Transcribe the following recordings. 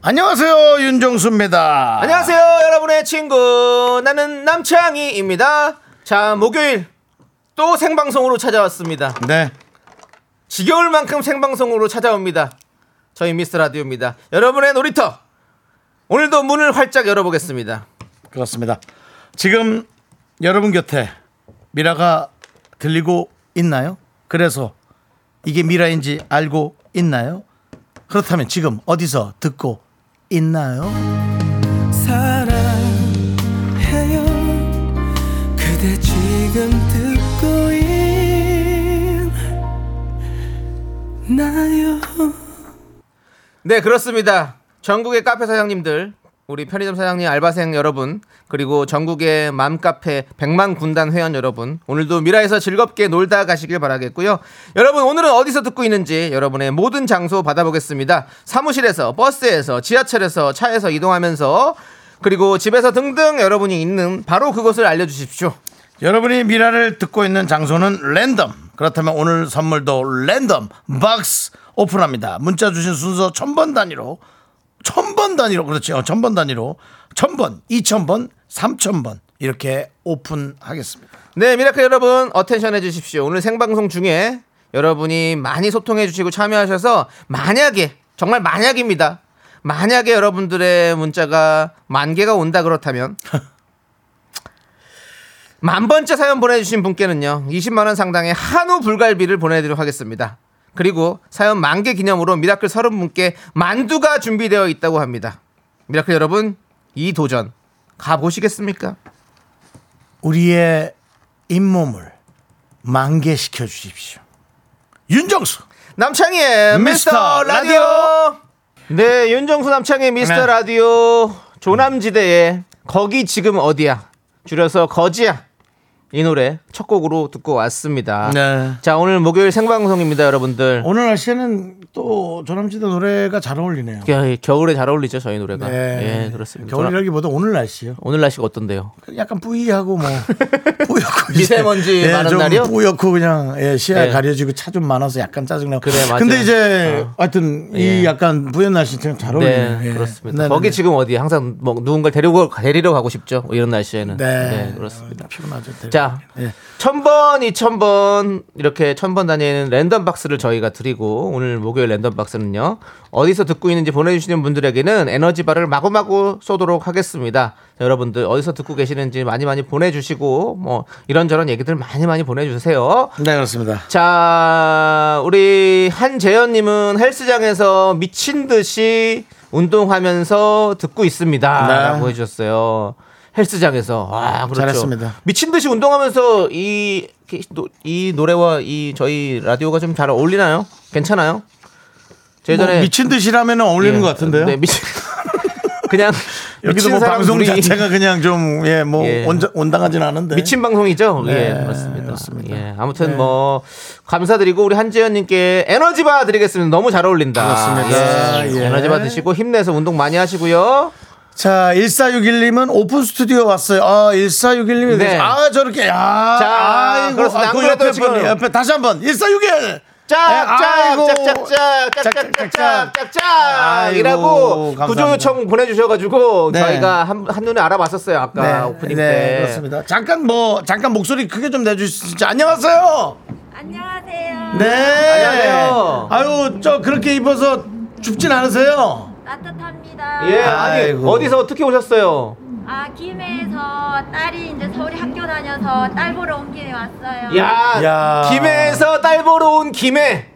안녕하세요 윤정수입니다. 안녕하세요, 여러분의 친구. 나는 남창희입니다. 자, 목요일 또 생방송으로 찾아왔습니다. 네 지겨울 만큼 생방송으로 찾아옵니다. 저희 미스 라디오입니다. 여러분의 놀이터. 오늘도 문을 활짝 열어보겠습니다. 그렇습니다. 지금 여러분 곁에 미라가 들리고 있나요? 그래서 이게 미라인지 알고 있나요? 그렇다면 지금 어디서 듣고 있나요? 사랑해요 그대 지금 듣고 있나요 네, 그렇습니다. 전국의 카페 사장님들, 우리 편의점 사장님, 알바생 여러분, 그리고 전국의 맘카페 100만 군단 회원 여러분, 오늘도 미라에서 즐겁게 놀다 가시길 바라겠고요. 여러분, 오늘은 어디서 듣고 있는지 여러분의 모든 장소 받아보겠습니다. 사무실에서, 버스에서, 지하철에서, 차에서 이동하면서, 그리고 집에서 등등 여러분이 있는 바로 그곳을 알려주십시오. 여러분이 미라를 듣고 있는 장소는 랜덤. 그렇다면 오늘 선물도 랜덤 박스 오픈합니다. 문자 주신 순서 1000번 단위로 1000번 단위로 그렇죠. 1000번 단위로 1000번, 2000번, 3000번 이렇게 오픈하겠습니다. 네, 미라클 여러분, 어텐션 해주십시오. 오늘 생방송 중에 여러분이 많이 소통해주시고 참여하셔서 만약에, 정말 만약입니다. 만약에 여러분들의 문자가 만 개가 온다 그렇다면, 만 번째 사연 보내주신 분께는요, 20만원 상당의 한우 불갈비를 보내드리도록 하겠습니다. 그리고 사연 만 개 기념으로 미라클 30분께 만두가 준비되어 있다고 합니다. 미라클 여러분, 이 도전, 가보시겠습니까? 우리의 잇몸을 만개시켜 주십시오. 윤정수. 남창희의 미스터 미스터 라디오. 네, 윤정수 남창희의 미스터 네. 라디오 조남지대의 거기 지금 어디야? 줄여서 거지야. 이 노래 첫 곡으로 듣고 왔습니다. 네. 자, 오늘 목요일 생방송입니다, 여러분들. 오늘 날씨에는 또 조남지대 노래가 잘 어울리네요. 야, 겨울에 잘 어울리죠, 저희 노래가. 네. 예, 그렇습니다. 저랑- 겨울이라기보다 오늘 날씨요. 오늘 날씨가 어떤데요? 약간 뿌이하고 뭐 뿌옇고 이제, 미세먼지 예, 많은 좀 날이요? 뿌옇고 그냥 예, 시야 예. 가려지고 차 좀 많아서 약간 짜증나고. 그래, 맞아요. 근데 이제 어. 하여튼 이 예. 약간 뿌연 날씨처럼 잘 어울리네요. 네, 예. 그렇습니다. 네네네. 거기 지금 어디? 항상 뭐 누군가를 데리고 데리러 가고 싶죠. 뭐 이런 날씨에는. 네. 그렇습니다. 피곤하죠. 되게. 자, 예. 천 번, 이천 번 이렇게 천 번 단위에는 랜덤 박스를 저희가 드리고 오늘 목요일 랜덤 박스는요 어디서 듣고 있는지 보내주시는 분들에게는 에너지 바를 마구마구 쏘도록 하겠습니다. 자, 여러분들 어디서 듣고 계시는지 많이 많이 보내주시고 뭐 이런저런 얘기들 많이 많이 보내주세요. 네 그렇습니다. 자, 우리 한재현님은 헬스장에서 미친 듯이 운동하면서 듣고 있습니다. 네. 라고 해주셨어요. 헬스장에서. 와, 그렇죠. 잘했습니다. 미친 듯이 운동하면서 이, 이 노래와 이 저희 라디오가 좀 잘 어울리나요? 괜찮아요? 제 뭐 전에. 미친 듯이라면 어울리는 예, 것 같은데요. 네, 미친. 그냥. 여기도 미친 뭐 사람 방송 둘이 자체가 그냥 좀 예 뭐 예. 온당하진 않은데. 미친 방송이죠. 네, 예, 그렇습니다. 그렇습니다. 네. 예, 아무튼 뭐 감사드리고 우리 한재현님께 에너지 바 드리겠습니다. 너무 잘 어울린다. 그렇습니다. 예, 예. 에너지 바 드시고 힘내서 운동 많이 하시고요. 자, 1461님은 오픈 스튜디오 왔어요. 아, 1461님이. 네. 그래서 아, 저렇게. 야. 자, 아이고. 그렇습니다. 아, 그 안 그래도 옆에 지금- 분, 옆에 다시 한 번. 1461! 네, 아이고. 아이고, 짝짝짝짝짝짝짝짝짝짝짝짝이라고 감사합니다. 구조 요청 보내주셔가지고 네. 저희가 한 한눈에 알아봤었어요 아까 네, 오프닝 네, 때. 그렇습니다. 잠깐 뭐, 잠깐 목소리 크게 좀 내주실 수 있죠. 안녕하세요! 안녕하세요. 네. 안녕하세요. 아유, 저 그렇게 입어서 춥진 않으세요? 따뜻합니다. 예, 아니 아이고. 어디서 어떻게 오셨어요? 아 김해에서 딸이 이제 서울에 학교 다녀서 딸 보러 온 길에 왔어요. 야, 야. 김해에서 딸 보러 온 김해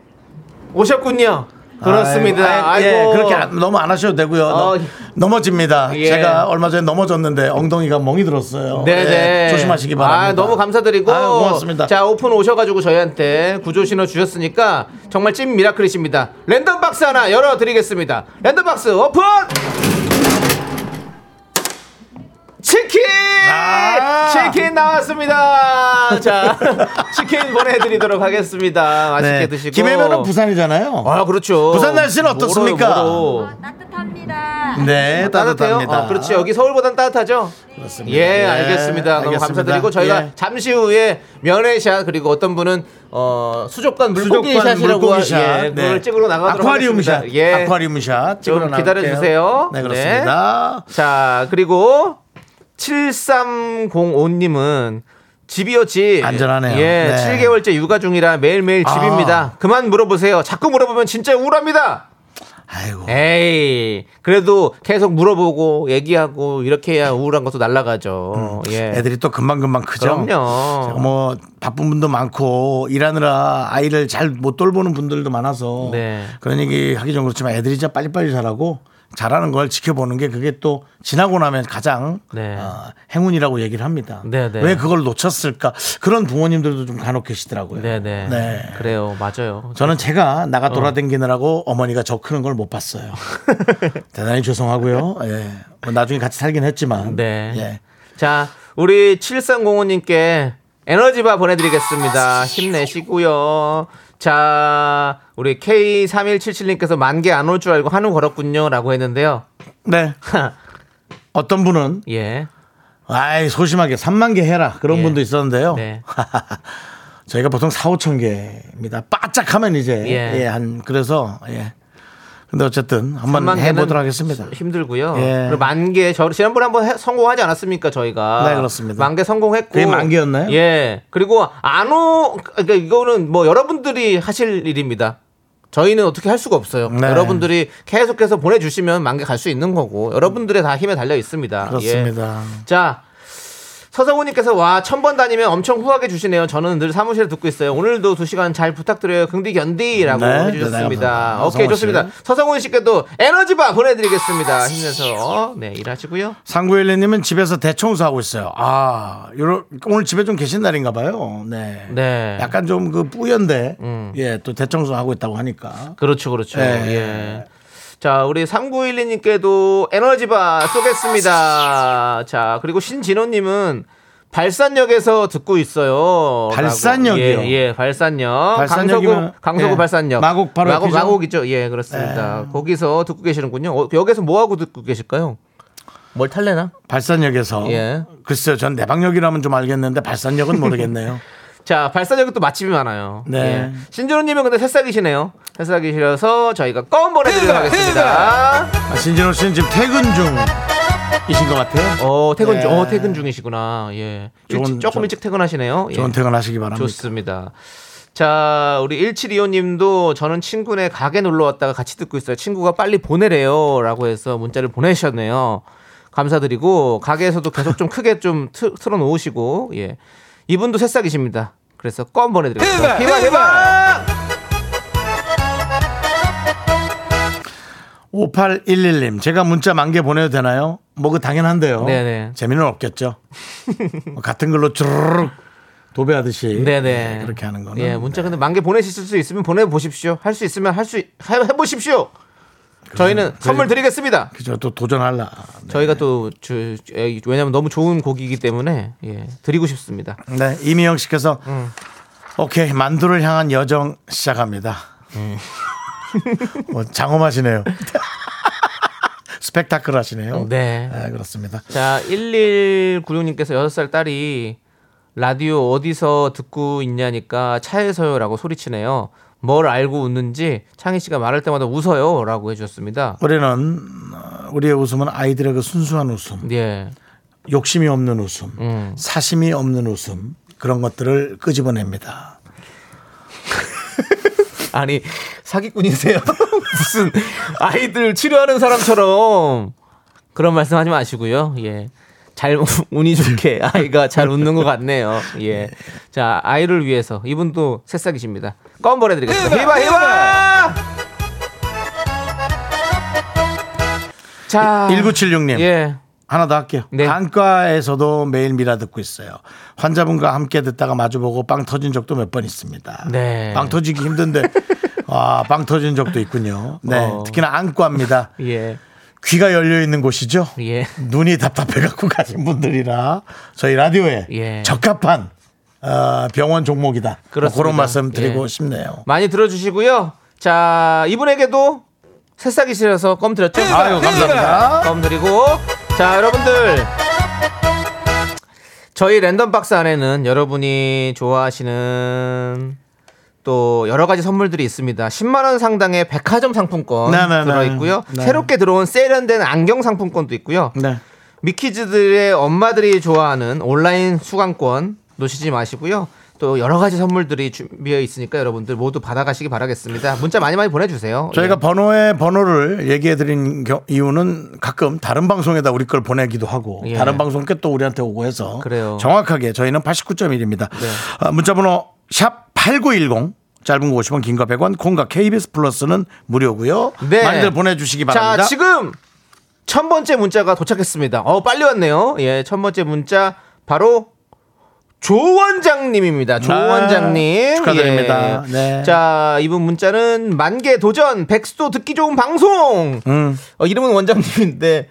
오셨군요. 그렇습니다. 아이, 아이고, 예, 그렇게 안- 너무 안 하셔도 되고요. 어, 넘- 넘어집니다. 예. 제가 얼마 전에 넘어졌는데 엉덩이가 멍이 들었어요. 네네 예, 조심하시기 바랍니다. 아, 너무 감사드리고 아유, 고맙습니다. 자 오픈 오셔가지고 저희한테 구조 신호 주셨으니까 정말 찐 미라클이십니다. 랜덤 박스 하나 열어드리겠습니다. 랜덤 박스 오픈. 치킨! 아! 치킨 나왔습니다. 자, 치킨 보내드리도록 하겠습니다. 맛있게 네. 드시고. 김해면은 부산이잖아요. 아, 그렇죠. 부산 날씨는 어떻습니까? 멀어요, 멀어. 어, 따뜻합니다. 네, 따뜻해요? 따뜻합니다. 아, 그렇지. 여기 서울보단 따뜻하죠? 그렇습니다. 예, 알겠습니다. 너무 알겠습니다. 감사드리고 저희가 예. 잠시 후에 면회샷 그리고 어떤 분은 어, 수족관 물고기 수족관 샷이라고 물고기 샷. 네. 예, 그걸 찍으러 나가도록 아쿠아리움 하겠습니다. 샷. 예. 아쿠아리움 샷. 찍으러 좀 나갈게요. 기다려주세요. 네, 그렇습니다. 자, 그리고 7305님은 집이요, 집. 안전하네요. 예, 네. 7개월째 육아 중이라 매일매일 아. 집입니다. 그만 물어보세요. 자꾸 물어보면 진짜 우울합니다. 아이고. 에이, 그래도 계속 물어보고 얘기하고 이렇게 해야 우울한 것도 날아가죠. 예. 음. 애들이 또 금방금방 크죠. 그럼요. 제가 뭐 바쁜 분도 많고 일하느라 아이를 잘 못 돌보는 분들도 많아서 네. 그런 얘기 하기 좀 그렇지만 애들이 진짜 빨리빨리 자라고 잘하는 걸 지켜보는 게 그게 또 지나고 나면 가장 네. 어, 행운이라고 얘기를 합니다. 네, 네. 왜 그걸 놓쳤을까? 그런 부모님들도 좀 간혹 계시더라고요. 네네. 그렇죠. 어. 네. 그래요. 맞아요. 저는 제가 나가 돌아다니느라고 어. 머니가저 크는 걸 못 봤어요. 대단히 죄송하고요. 예. 뭐 나중에 같이 살긴 했지만. 네. 예. 자, 우리 7305님께 에너지바 보내드리겠습니다. 힘내시고요. 자, 우리 K3177님께서 만 개 안 올 줄 알고 한우 걸었군요. 라고 했는데요. 네. 어떤 분은 예. 아이 소심하게 3만 개 해라 그런 예. 분도 있었는데요. 네. 저희가 보통 4, 5천 개입니다. 바짝하면 이제 예. 예, 한 그래서 예. 근데 어쨌든 한번 3만 개는 해보도록 하겠습니다. 힘들고요. 예. 그리고 만 개, 저 지난번에 한번 해- 성공하지 않았습니까, 저희가? 네, 그렇습니다. 만 개 성공했고. 그게 만 개였나요? 예. 그리고 안 오, 그러니까 이거는 뭐 여러분들이 하실 일입니다. 저희는 어떻게 할 수가 없어요. 네. 여러분들이 계속해서 보내주시면 만 개 갈 수 있는 거고, 여러분들의 다 힘에 달려 있습니다. 예. 그렇습니다. 자. 서성우님께서 와 천번 다니면 엄청 후하게 주시네요. 저는 늘 사무실에 듣고 있어요. 오늘도 두 시간 잘 부탁드려요. 긍디 견디라고 네, 네, 해주셨습니다. 감사합니다. 오케이 서성우 씨. 좋습니다. 서성훈 씨께도 에너지바 아, 보내드리겠습니다. 힘내서 네 일하시고요. 상구일리님은 집에서 대청소하고 있어요. 아, 요러, 오늘 집에 좀 계신 날인가 봐요. 네. 네. 약간 좀 그 뿌연데, 음. 예, 또 대청소하고 있다고 하니까. 그렇죠, 그렇죠. 예. 예. 자, 우리 3912님께도 에너지바 쏘겠습니다. 자, 그리고 신진호님은 발산역에서 듣고 있어요. 발산역이요? 라고. 예, 예, 발산역. 발산역이면- 강서구, 강서구 예. 발산역. 마곡 바로 마곡, 옆이죠? 마곡이죠. 예, 그렇습니다. 거기서 듣고 계시는군요. 어, 여기서 뭐 하고 듣고 계실까요? 뭘 탈래나? 발산역에서. 예. 글쎄요, 전 내방역이라면 좀 알겠는데 발산역은 모르겠네요. 자, 발사적인 또 맛집이 많아요. 네. 예. 신준호님은 근데 새싹이시네요. 새싹이시라서 저희가 껌 보내드리도록 하겠습니다. 아, 신진호 씨는 지금 퇴근 중이신 것 같아요. 어, 퇴근 중, 네. 어, 퇴근 중이시구나. 예. 좋은- 일찍, 조금 좋- 일찍 퇴근하시네요. 예. 좋은 퇴근하시기 바랍니다. 좋습니다. 자, 우리 1725님도 저는 친구네 가게 놀러 왔다가 같이 듣고 있어요. 친구가 빨리 보내래요. 라고 해서 문자를 보내셨네요. 감사드리고, 가게에서도 계속 좀 크게 좀 틀, 어놓으시고 예. 이분도 새싹이십니다. 그래서 껌 보내드리겠습니다. 대박, 대박! 5811님, 제가 문자 만 개 보내도 되나요? 뭐 그 당연한데요. 네네. 재미는 없겠죠. 뭐 같은 걸로 주르륵 도배하듯이 네네. 네, 그렇게 하는 거는 예, 문자 근데 만개 보내실 수 있으면 보내보십시오. 할 수 있으면 할 수, 해보십시오! 저희는 선물 드리겠습니다. 그죠 또 도전할라. 네. 저희가 또 주, 에, 왜냐면 너무 좋은 곡이기 때문에 예, 드리고 싶습니다. 네, 이미영 씨께서 음. 오케이 만두를 향한 여정 시작합니다. 음. 뭐 장엄하시네요. 스펙타클 하시네요. 네. 그렇습니다. 자, 1196님께서 여섯 살 딸이 라디오 어디서 듣고 있냐니까 차에서요라고 소리치네요. 뭘 알고 웃는지 창희 씨가 말할 때마다 웃어요라고 해주셨습니다. 우리는 어, 우리의 웃음은 아이들의 그 순수한 웃음, 예, 욕심이 없는 웃음, 음. 사심이 없는 웃음 그런 것들을 끄집어냅니다. 아니 사기꾼이세요? 무슨 아이들 치료하는 사람처럼 그런 말씀하지 마시고요. 예. 잘 운이 좋게 아이가 잘 웃는 것 같네요. 예. 자, 아이를 위해서 이분도 새싹이십니다. 껌 보내 드리겠습니다. 히바 히바! 자, 1976님 아. 예. 하나 더 할게요. 네. 안과에서도 매일 미라 듣고 있어요. 환자분과 함께 듣다가 마주보고 빵 터진 적도 몇 번 있습니다. 네. 빵 터지기 힘든데 아, 빵 터진 적도 있군요. 네, 어. 특히나 안과입니다. 예. 귀가 열려 있는 곳이죠. 예. 눈이 답답해 갖고 가신 분들이라 저희 라디오에 예. 적합한 어, 병원 종목이다. 뭐 그렇습니다. 그런 말씀 드리고 예. 싶네요. 많이 들어주시고요. 자 이분에게도 새싹이 실어서 껌 드렸죠? 아유, 감사합니다. 껌 드리고 자 여러분들 저희 랜덤 박스 안에는 여러분이 좋아하시는 또 여러 가지 선물들이 있습니다. 10만 원 상당의 백화점 상품권 네, 네, 네. 들어 있고요. 네. 새롭게 들어온 세련된 안경 상품권도 있고요. 네. 미키즈들의 엄마들이 좋아하는 온라인 수강권 놓치지 마시고요. 또 여러 가지 선물들이 준비되어 있으니까 여러분들 모두 받아가시기 바라겠습니다. 문자 많이 많이 보내주세요. 저희가 예. 번호의 번호를 얘기해 드린 겨- 이유는 가끔 다른 방송에다 우리 걸 보내기도 하고 예. 다른 방송 께또 우리한테 오고 해서 그래요. 네. 정확하게 저희는 89.1입니다. 어, 문자 번호 샵 8910 짧은 거 50원 긴 거 100원 콩과 KBS 플러스는 무료고요. 네. 많이들 보내 주시기 바랍니다. 자 지금 첫 번째 문자가 도착했습니다. 어 빨리 왔네요. 예, 첫 번째 문자 바로 조 원장님입니다. 조 아, 원장님 축하드립니다. 예. 네. 자 이분 문자는 만개 도전 백수도 듣기 좋은 방송. 음. 어, 이름은 원장님인데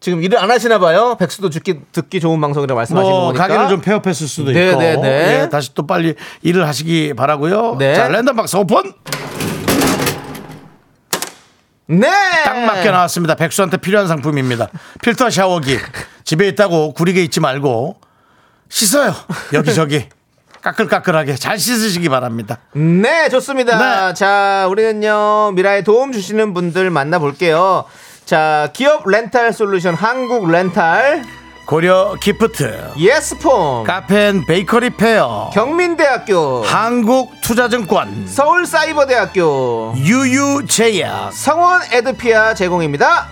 지금 일을 안 하시나 봐요. 백수도 듣기, 듣기 좋은 방송이라고 말씀하시는 뭐 거니까. 가게를 좀 폐업했을 수도 네, 있고 네, 네. 예, 다시 또 빨리 일을 하시기 바라고요. 네. 자 랜덤 박스 오픈 네. 딱 맞게 나왔습니다. 백수한테 필요한 상품입니다. 필터 샤워기 집에 있다고 구리게 있지 말고 씻어요. 여기저기 까끌까끌하게 잘 씻으시기 바랍니다. 네, 좋습니다. 네. 자, 우리는요, 미라에 도움 주시는 분들 만나볼게요. 자, 기업 렌탈 솔루션 한국 렌탈, 고려 기프트 예스폼, 카페인 베이커리 페어 경민대학교, 한국 투자증권 서울사이버대학교, 유유제약 성원 에드피아 제공입니다.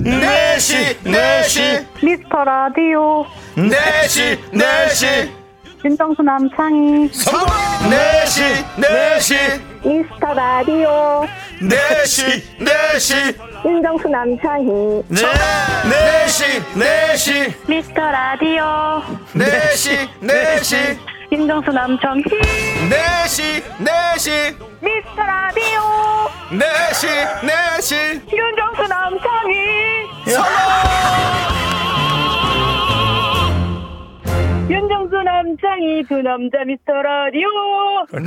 네 내시 내시 미스터 라디오 네 내시 네. 내시 윤정수 남창희 네 내시 내시 미스터 라디오 내시 내시 윤정수 남창희 내시 내시 미스터 라디오 내시 내시 윤정수 남창희 내시 내시 미스터 라디오 내시 내시 윤정수 남창희 윤정수 남창희 두 남자 미스터 라디오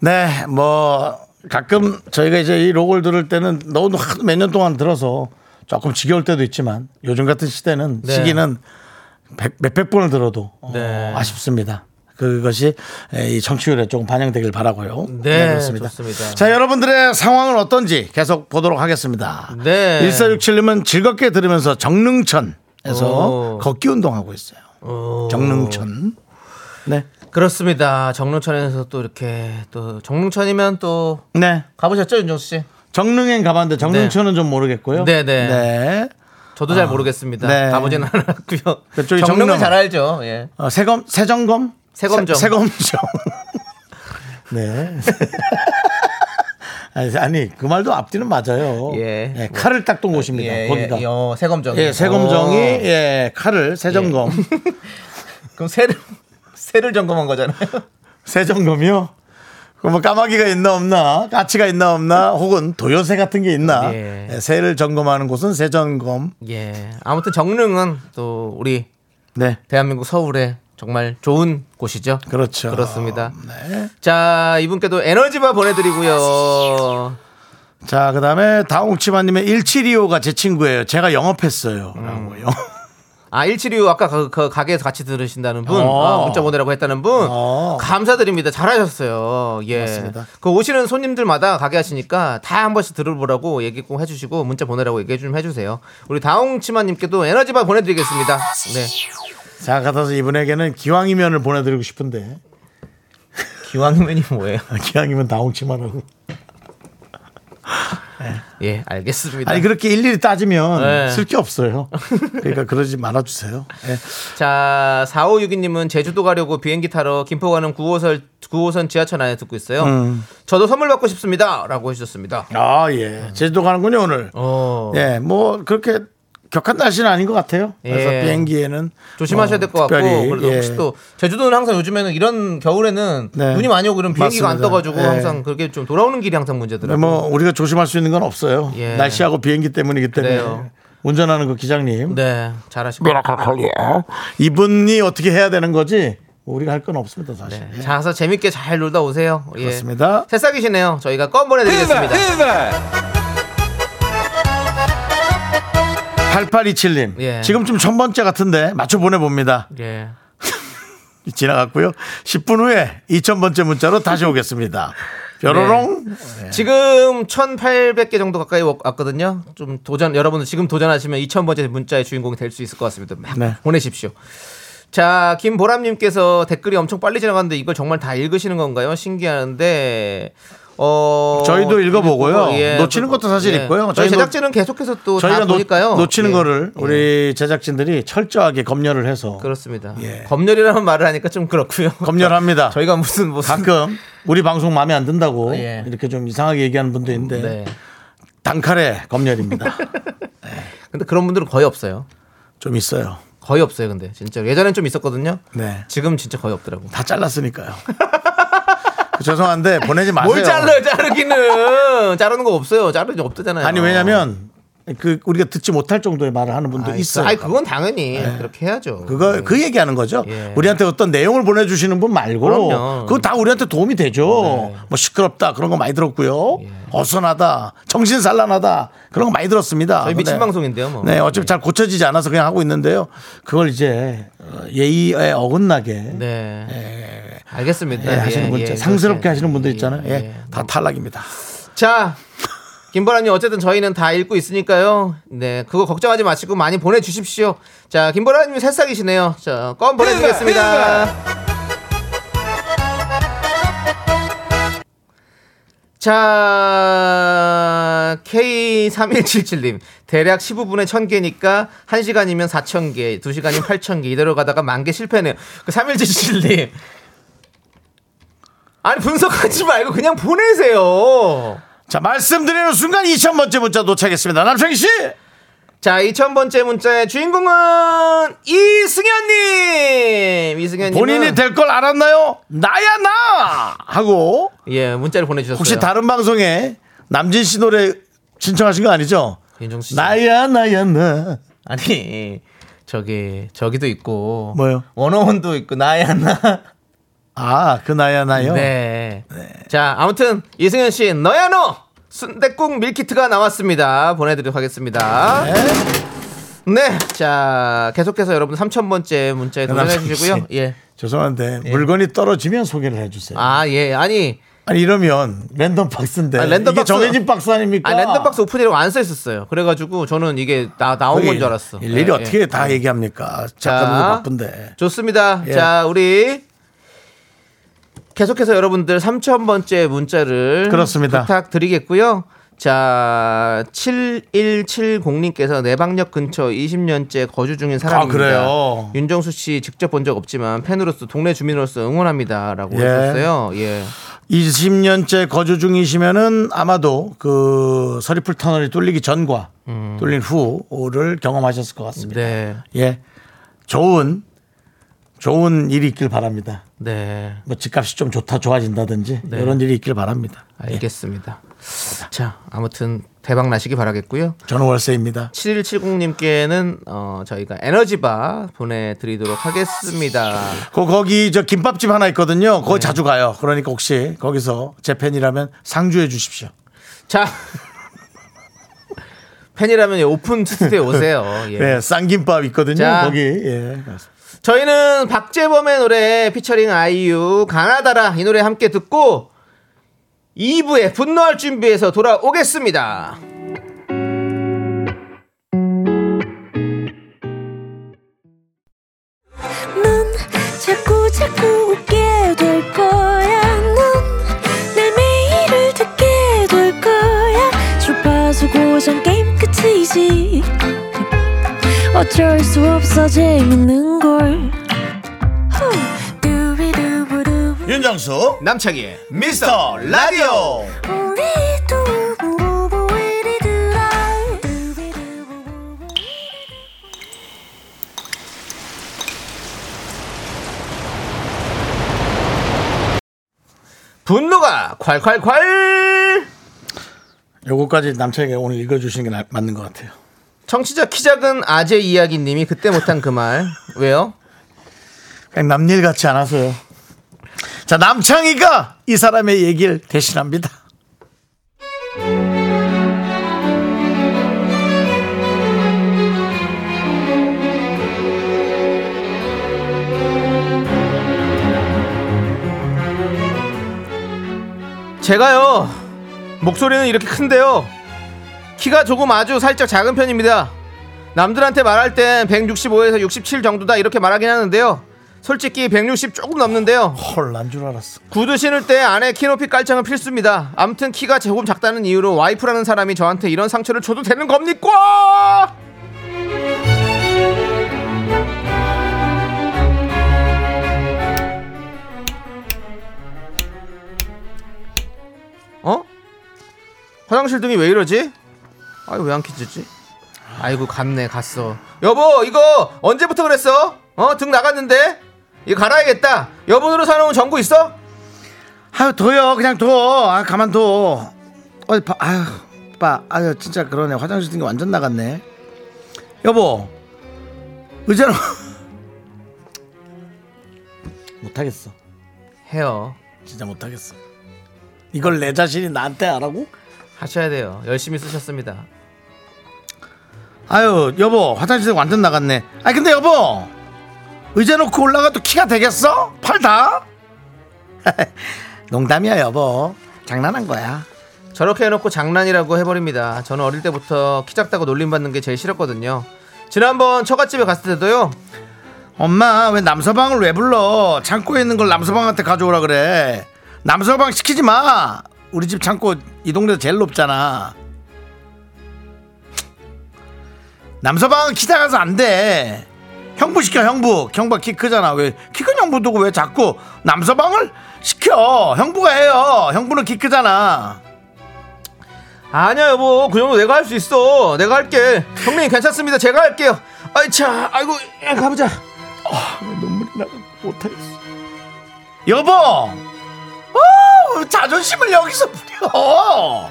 네, 뭐 가끔 저희가 이제 이 로고를 들을 때는 너무 몇 년 동안 들어서 조금 지겨울 때도 있지만 요즘 같은 시대는 네. 시기는 백- 몇백 번을 들어도 어, 네. 아쉽습니다. 그것이 에, 이 청취율에 조금 반영되길 바라고요. 네, 좋습니다. 자, 여러분들의 상황은 어떤지 계속 보도록 하겠습니다. 네. 1467님은 즐겁게 들으면서 정릉천에서 오. 걷기 운동하고 있어요. 정릉천. 네. 그렇습니다. 정릉천에서 또 이렇게, 또, 정릉천이면 또, 네. 가보셨죠, 윤정수 씨? 정릉엔 가봤는데 정릉천은 좀 모르겠고요. 네, 네. 네. 저도 잘 모르겠습니다. 네. 가보진 않았고요. 그쪽이 정릉은 정릉. 잘 알죠. 예. 어, 세검 세정검 세검정. 세, 검정 네. 아니, 아니, 그 말도 앞뒤는 맞아요. 예. 예, 칼을 닦던 곳입니다. 예, 거기가. 예, 예, 어, 세검정. 세검정이 어. 예, 칼을 세정검 예. 그럼 새를 새를 점검한 거잖아요. 세정검이요? 그럼 뭐 까마귀가 있나 없나, 까치가 있나 없나, 혹은 도요새 같은 게 있나. 예. 예, 새를 점검하는 곳은 세정검. 예. 아무튼 정릉은 또 우리 네. 대한민국 서울에 정말 좋은 곳이죠. 그렇죠. 그렇습니다. 네. 자, 이분께도 에너지바 보내드리고요. 자, 그 다음에 다홍치마님의 1725가 제 친구예요. 제가 영업했어요. 음. 라고요. 아, 176 아까 그, 그 가게에서 같이 들으신다는 분, 어. 아, 문자 보내라고 했다는 분, 어. 감사드립니다. 잘하셨어요. 예. 맞습니다. 그 오시는 손님들마다 가게 하시니까 다 한 번씩 들어보라고 얘기 꼭 해주시고, 문자 보내라고 얘기 좀 해주세요. 우리 다홍치마님께도 에너지바 보내드리겠습니다. 네. 자, 같아서 이분에게는 기왕이면을 보내드리고 싶은데. 기왕이면이 뭐예요? 기왕이면 다홍치마라고. 예, 알겠습니다. 아니, 그렇게 일일이 따지면 네. 쓸 게 없어요. 그러니까 그러지 말아주세요. 예. 자, 4562님은 제주도 가려고 비행기 타러 김포 가는 9호선, 9호선 지하철 안에 듣고 있어요. 저도 선물 받고 싶습니다. 라고 해주셨습니다. 아, 예. 제주도 가는군요, 오늘. 어. 예, 뭐, 그렇게 격한 날씨는 아닌 것 같아요. 그래서 예. 비행기에는 뭐 예. 조심하셔야 될 것 같고 그래도 혹시 또 제주도는 항상 요즘에는 이런 겨울에는 네. 눈이 많이 오고 그런 비행기가 안 맞습니다. 떠가지고 예. 항상 그렇게 좀 돌아오는 길이 항상 문제더라고요. 뭐 우리가 조심할 수 있는 건 없어요. 예. 날씨하고 비행기 때문이기 때문에 그래요. 운전하는 그 기장님 네, 잘하시고 이분이 어떻게 해야 되는 거지 우리가 할 건 없습니다 사실. 예. 네, 자서 재밌게 잘 놀다 오세요. 예. 그렇습니다. 새싹이시네요. 저희가 껌 보내드리겠습니다. 8827님 예. 지금 좀 천 번째 같은데 맞춰 보내봅니다. 예. 지나갔고요. 10분 후에 2천 번째 문자로 다시 오겠습니다. 뾰로롱 네. 예. 지금 1,800개 정도 가까이 왔거든요. 좀 도전 여러분들 지금 도전하시면 2,000번째 문자의 주인공이 될 수 있을 것 같습니다. 막 네. 보내십시오. 자, 김보람님께서 댓글이 엄청 빨리 지나갔는데 이걸 정말 다 읽으시는 건가요? 신기하는데. 어 저희도 읽어보고요. 놓치는 것도 사실 예. 있고요. 저희 저희도- 제작진은 계속해서 또 저희가 다 놓, 보니까요. 놓치는 예. 거를 우리 제작진들이 철저하게 검열을 해서 그렇습니다. 예. 검열이라는 말을 하니까 좀 그렇고요. 검열합니다. 아, 그- 저희가 무슨 무슨 가끔 우리 방송 마음에 안 든다고 예. 이렇게 좀 이상하게 얘기하는 분도 있는데 네. 단칼에 검열입니다. 근데 그런 분들은 거의 없어요. 좀 있어요. 거의 없어요. 근데 진짜 예전엔 좀 있었거든요. 네. 지금 진짜 거의 없더라고. 다 잘랐으니까요. 그 죄송한데 보내지 마세요. 뭘 잘라요? 자르기는 자르는 거 없어요. 자르는 거 없대잖아요. 아니 왜냐면 그 우리가 듣지 못할 정도의 말을 하는 분도 아, 있어요. 네. 아니 그건 당연히 그렇게 해야죠. 그거 그 얘기하는 거죠. 예. 우리한테 어떤 내용을 보내주시는 분 말고 그럼요. 네. 그거 다 우리한테 도움이 되죠. 뭐 시끄럽다 그런 거 많이 들었고요. 예. 어선하다, 정신산란하다 그런 거 많이 들었습니다. 저희 미친 근데- 방송인데요, 뭐. 네, 어차피 잘 고쳐지지 않아서 그냥 하고 있는데요. 그걸 이제 어, 예의에 어긋나게 네. 예, 알겠습니다. 네, 하시는 예, 분들, 예, 상스럽게 그렇게. 하시는 분들 있잖아요. 예, 예. 다 탈락입니다. 자, 김보라님 어쨌든 저희는 다 읽고 있으니까요. 네, 그거 걱정하지 마시고 많이 보내주십시오. 자, 김보라님 새싹이시네요. 자, 껌 보내드리겠습니다. 자, K3177님. 대략 15분에 1000개니까 1시간이면 4000개, 2시간이면 8000개, 이대로 가다가 만개 실패네요. 그 3177님. 아니, 분석하지 말고 그냥 보내세요. 자, 말씀드리는 순간 2000번째 문자 도착했습니다. 남창희 씨! 네, 자, 2000번째 문자의 주인공은 이승현님! 이승현님. 본인이 될 걸 알았나요? 나야, 나! 하고 예, 문자를 보내주셨어요. 혹시 다른 방송에 남진 씨 노래 신청하신 거 아니죠? 윤정수 씨. 나야 나야 나. 아니, 저기, 저기도 있고. 뭐요? 원어원도 있고, 나야나. 아, 그 나야 나요. 네. 자, 아무튼, 이승현 씨, 너야 너! 순대국 밀키트가 나왔습니다. 보내드리도록 하겠습니다. 네. 자, 계속해서 여러분 3000번째 문자에 도전해 네, 남창희 주시고요. 씨. 예. 죄송한데 물건이 떨어지면 소개를 해주세요. 아. 아, 예. 아니, 니 이러면 랜덤 박스인데 아, 랜덤 이게 박스- 정해진 박스 아닙니까? 아 랜덤박스 오픈이라고 안 써있었어요. 그래가지고 저는 이게 나 나온 거기 건 줄 알았어. 일일이 예, 어떻게 예. 다 얘기합니까? 작가도 바쁜데. 좋습니다. 예. 자 우리 계속해서 여러분들 3천 번째 문자를 그렇습니다. 부탁드리겠고요. 자 7170님께서 내방역 근처 20년째 거주 중인 사람입니다. 아, 그래요? 윤정수 씨 직접 본 적 없지만 팬으로서 동네 주민으로서 응원합니다라고 예. 하셨어요. 예. 20년째 거주 중이시면은 아마도 그 서리풀 터널이 뚫리기 전과 음. 뚫린 후를 경험하셨을 것 같습니다. 네. 예. 좋은 좋은 일이 있길 바랍니다. 네. 뭐 집값이 좀 좋다 좋아진다든지 이런 일이 있길 바랍니다. 아, 알겠습니다. 자, 아무튼 대박 나시기 바라겠고요. 저는 월세입니다. 7170님께는 어, 저희가 에너지바 보내드리도록 하겠습니다. 그 거기 저 김밥집 하나 있거든요. 네. 거기 자주 가요. 그러니까 혹시 거기서 제 팬이라면 상주해 주십시오. 자, 팬이라면 이 오픈 스튜디오에 오세요. 예. 네, 쌍김밥 있거든요. 자. 거기 예. 저희는 박재범의 노래 피처링 아이유 강하다라 이 노래 함께 듣고 2부에 분노할 준비해서 돌아오겠습니다. 넌 자꾸 자꾸 웃게 될 거야. 넌내 매일을 듣게 될 거야. 주파수 고정 게임 끝이지. 어쩔 수 없어 재밌는 걸. 후. 두비두부두. 윤정수 남창희의 미스터 라디오. 우리 두부부부 우리 두라. 두비두부부 우리 두라. 분노가 콸콸콸 요거까지 남창에게 오늘 읽어주시는 게 나- 맞는 것 같아요. 청취자 키 작은 아재 이야기님이 그때 못한 그 말 왜요? 그냥 남일 같지 않아서요. 자, 남창희가 이 사람의 얘기를 대신합니다. 제가요 목소리는 이렇게 큰데요 키가 조금 아주 살짝 작은 편입니다 남들한테 말할 땐 165에서 67 정도다 이렇게 말하긴 하는데요 솔직히 160 조금 넘는데요 헐, 난 줄 알았어. 구두 신을 때 안에 키 높이 깔창은 필수입니다 암튼 키가 조금 작다는 이유로 와이프라는 사람이 저한테 이런 상처를 줘도 되는 겁니까? 어? 화장실 등이 왜 이러지? 아이 왜 안 켜지지? 아이고 갔네 갔어. 여보 이거 언제부터 그랬어? 어 등 나갔는데 이거 갈아야겠다. 여분으로 사놓은 전구 있어? 아유, 둬요. 그냥 둬. 아, 가만 둬. 어디 봐. 아유, 오빠. 아유, 진짜 그러네. 화장실 등이 완전 나갔네. 여보. 의자로. 못하겠어. 해요. 진짜 못하겠어. 이걸 내 자신이 나한테 하라고? 하셔야 돼요. 열심히 쓰셨습니다. 아유 여보 화장실 완전 나갔네 아 근데 여보 의자 놓고 올라가도 키가 되겠어? 팔 다? 농담이야 여보 장난한 거야 저렇게 해놓고 장난이라고 해버립니다. 저는 어릴 때부터 키 작다고 놀림받는 게 제일 싫었거든요. 지난번 처갓집에 갔을 때도요. 엄마 왜 남서방을 왜 불러 창고에 있는 걸 남서방한테 가져오라 그래 남서방 시키지 마 우리 집 창고 이 동네에서 제일 높잖아 남서방은 키 작아서 안돼 형부 시켜 형부 형부가 키 크잖아 왜 키 큰 형부 두고 왜 자꾸 남서방을 시켜 형부가 해요 형부는 키 크잖아 아니야 여보 그 정도 내가 할 수 있어. 내가 할게. 형님 괜찮습니다. 제가 할게요. 아이 차 아이고 예, 가보자. 아, 눈물이 나가 못하겠어. 여보, 어, 자존심을 여기서 부려.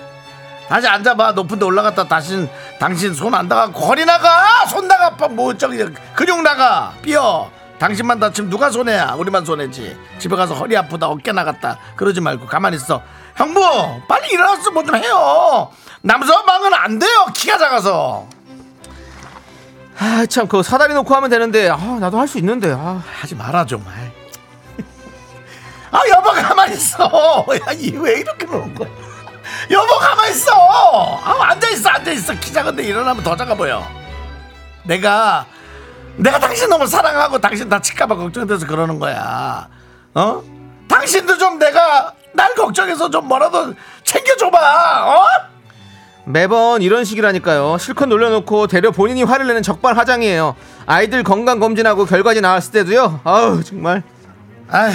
다시 앉아봐. 높은데 올라갔다 다시 당신 손 안 나가. 거리 나가. 손 나가. 아빠 뭐 저기 근육 나가. 삐어. 당신만 다치면 누가 손해야? 우리만 손해지. 집에 가서 허리 아프다 어깨 나갔다. 그러지 말고 가만히 있어. 형부, 빨리 일어나서 뭐 좀 해요. 남서방은 안 돼요. 키가 작아서. 아참 그거 사다리 놓고 하면 되는데 아 나도 할 수 있는데 아 하지 마라 정말. 아 여보 가만 히 있어. 야이왜 이렇게 노는 거야? 여보 가만 히 있어. 아 앉아 있어 앉아 있어 키 작은데 일어나면 더 작아 보여. 내가 내가 당신 너무 사랑하고 당신 다칠까봐 걱정돼서 그러는 거야. 어? 당신도 좀 내가 날 걱정해서 좀 뭐라도 챙겨줘봐. 어? 매번 이런 식이라니까요. 실컷 놀려놓고 대려 본인이 화를 내는 적발하장이에요. 아이들 건강 검진하고 결과지 나왔을 때도요. 아우 정말 아휴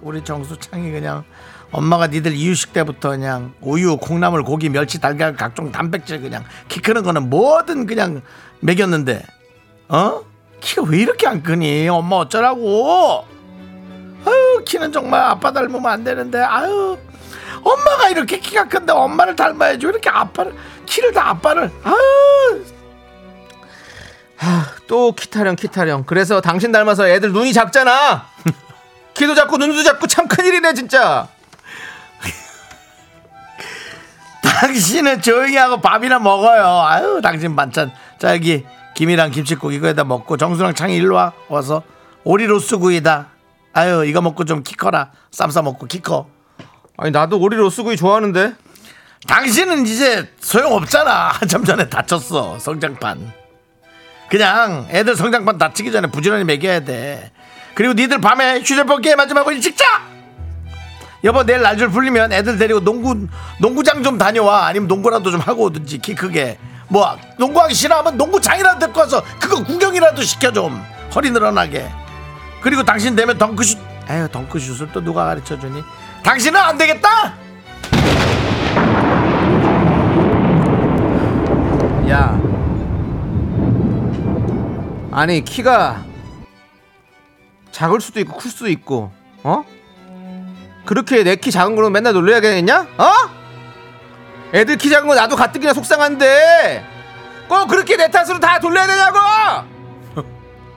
우리 정수창이 그냥 엄마가 니들 이유식 때부터 그냥 우유, 콩나물, 고기, 멸치, 달걀, 각종 단백질 그냥 키 크는 거는 뭐든 그냥 먹였는데 어? 키가 왜 이렇게 안 크니? 엄마 어쩌라고? 아유 키는 정말 아빠 닮으면 안 되는데 아유 엄마가 이렇게 키가 큰데 엄마를 닮아야지 왜 이렇게 아빠를 키를 다 아빠를 아유 또 키타령 키타령. 그래서 당신 닮아서 애들 눈이 작잖아. 키도 작고 눈도 작고 참 큰일이네 진짜. 당신은 조용히 하고 밥이나 먹어요. 아유, 당신 반찬. 자, 여기 김이랑 김치국 이거에다 먹고 정수랑 창이 일로 와. 와서 오리 로스구이다. 아유, 이거 먹고 좀 키 커라. 쌈 싸 먹고 키 커. 아니 나도 오리 로스구이 좋아하는데. 당신은 이제 소용없잖아. 한참 전에 다쳤어. 성장판. 그냥 애들 성장판 다치기 전에 부지런히 먹여야 돼. 그리고 니들 밤에 휴대폰 게임하지 말고 일찍 자! 여보 내일 날줄 풀리면 애들 데리고 농구 농구장 좀 다녀와 아니면 농구라도 좀 하고 오든지 키 크게 뭐 농구하기 싫어하면 농구장이라도 데리고 와서 그거 구경이라도 시켜 좀 허리 늘어나게 그리고 당신 되면 덩크슛 에휴 덩크슛을 또 누가 가르쳐 주니 당신은 안 되겠다 야. 아니 키가 작을 수도 있고 클 수도 있고 어? 그렇게 내 키 작은 걸로 맨날 놀려야겠냐? 어? 애들 키 작은 거 나도 가뜩이나 속상한데 꼭 그렇게 내 탓으로 다 돌려야 되냐고!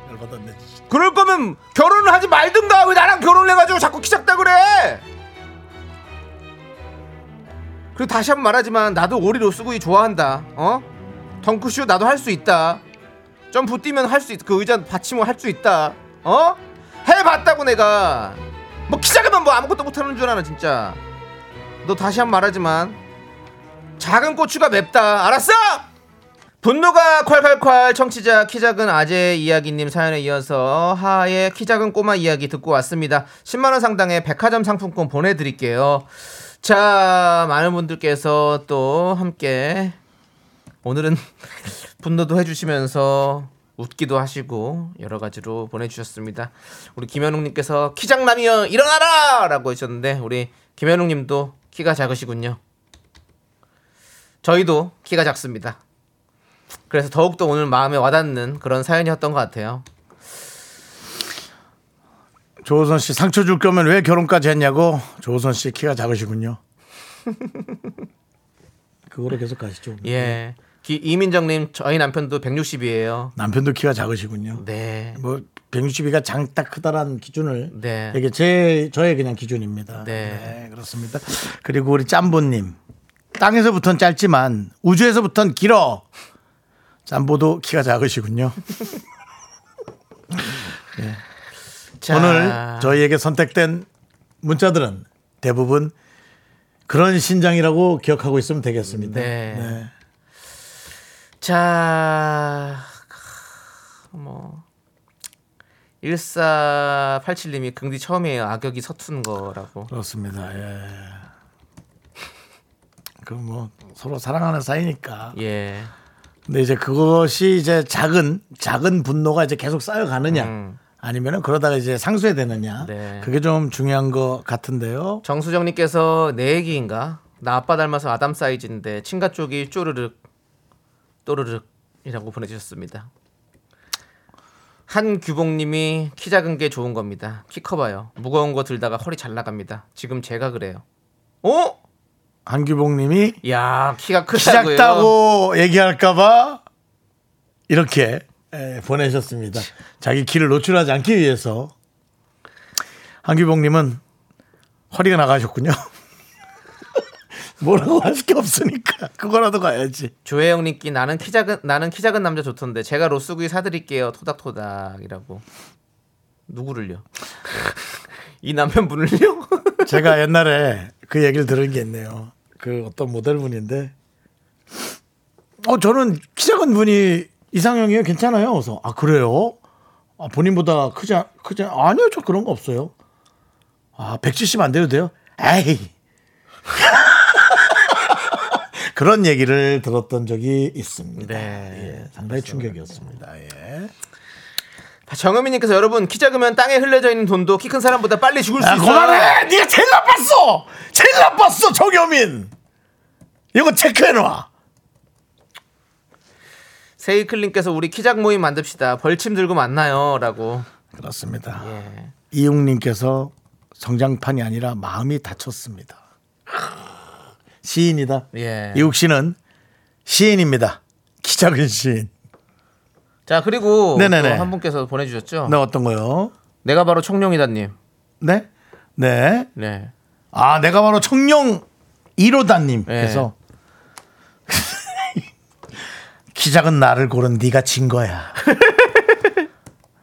열받았네. 그럴 거면 결혼을 하지 말든가 왜 나랑 결혼을 해가지고 자꾸 키 작다 그래? 그리고 다시 한 번 말하지만 나도 오리로 쓰고이 좋아한다. 어? 덩크슛 나도 할 수 있다. 점프 뛰면 할 수 있다. 그 의자 받침을 할 수 있다. 어? 해봤다고 내가. 뭐 키 작으면 뭐 아무것도 못하는 줄 아나 진짜. 너 다시 한 번 말하지만 작은 고추가 맵다. 알았어? 분노가 콸콸콸 청취자 키 작은 아재 이야기님 사연에 이어서 하의 키 작은 꼬마 이야기 듣고 왔습니다. 10만 원 상당의 백화점 상품권 보내드릴게요. 자 많은 분들께서 또 함께 오늘은 분노도 해주시면서 웃기도 하시고 여러 가지로 보내주셨습니다. 우리 김현웅님께서 키 장남이여 일어나라라고 하셨는데 우리 김현웅님도 키가 작으시군요. 저희도 키가 작습니다. 그래서 더욱더 오늘 마음에 와닿는 그런 사연이었던 것 같아요. 조호선 씨 상처 줄 거면 왜 결혼까지 했냐고 조호선 씨 키가 작으시군요. 그거로 계속 가시죠. 네. 예. 기, 이민정님, 저희 남편도 160이에요. 남편도 키가 작으시군요. 네. 뭐 162가 장딱 크다라는 기준을 네. 이게 제 저의 그냥 기준입니다. 네. 네, 그렇습니다. 그리고 우리 짬보님 땅에서부터는 짧지만 우주에서부터는 길어. 짬보도 키가 작으시군요. 자, 오늘 저희에게 선택된 문자들은 대부분 그런 신장이라고 기억하고 있으면 되겠습니다. 네. 자, 뭐. 1487님이 긍디 처음이에요. 악역이 서툰 거라고. 그렇습니다. 예. 그뭐 서로 사랑하는 사이니까. 예. 근데 이제 그것이 이제 작은 작은 분노가 이제 계속 쌓여가느냐 아니면은 그러다가 이제 상쇄되느냐 음. 네. 그게 좀 중요한 것 같은데요. 정수정님께서 내 얘기인가? 나 아빠 닮아서 아담 사이즈인데 친가 쪽이 쪼르륵 또르륵이라고 보내주셨습니다. 한규봉님이 키 작은 게 좋은 겁니다. 키 커봐요. 무거운 거 들다가 허리 잘 나갑니다. 지금 제가 그래요. 어? 한규봉님이 야 키가 크다고요. 시작다고 얘기할까봐 이렇게 에, 보내셨습니다. 자기 키를 노출하지 않기 위해서 한규봉님은 허리가 나가셨군요. 뭐라고 할 게 없으니까 그거라도 가야지. 조혜영님께 나는 키 작은 나는 키 작은 남자 좋던데 제가 로스구이 사드릴게요. 토닥토닥이라고. 누구를요? 이 남편분을요? 제가 옛날에 그 얘기를 들은 게 있네요. 그 어떤 모델분인데, 어, 저는 키 작은 분이 이상형이에요. 괜찮아요. 그래서, 아, 그래요? 아, 본인보다 크지, 않- 크지, 않- 아니요. 저 그런 거 없어요. 아, 170 안 돼도 돼요? 에이. 그런 얘기를 들었던 적이 있습니다. 네. 예, 상당히 충격이었습니다. 예. 정은미님께서 여러분 키 작으면 땅에 흘려져 있는 돈도 키 큰 사람보다 빨리 죽을 수 야, 있어요. 아, 그만해! 네가 제일 나빴어! 제일 나빴어, 정여민! 이거 체크해놔! 세이클님께서 우리 키작 모임 만듭시다. 벌침 들고 만나요라고. 그렇습니다. 예. 이웅님께서 성장판이 아니라 마음이 다쳤습니다. 시인이다. 예. 이욱 씨는 시인입니다. 키 작은 시인. 자 그리고 네네네. 또 한 분께서 보내주셨죠. 네, 어떤 거요? 내가 바로 청룡이다님. 네? 네. 네. 아, 내가 바로 청룡 1호단님께서 키 작은 나를 고른 네가 진 거야.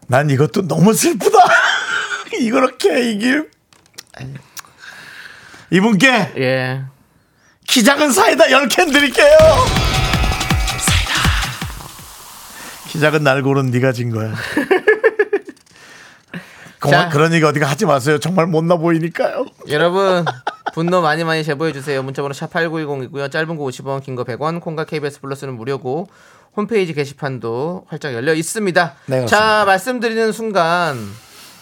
난 이것도 너무 슬프다. 이렇게 이길 이분께 예. 키 작은 사이다 10캔 드릴게요. 키 작은 날 고른 네가 진 거야. 자. 그만 그런 얘기 어디가 하지 마세요. 정말 못나 보이니까요. 여러분 분노 많이 많이 제보해 주세요. 문자번호 샵 #8910이고요. 짧은 거 50원, 긴 거 100원. 콩과 KBS 플러스는 무료고 홈페이지 게시판도 활짝 열려 있습니다. 네, 그렇습니다. 자 말씀드리는 순간.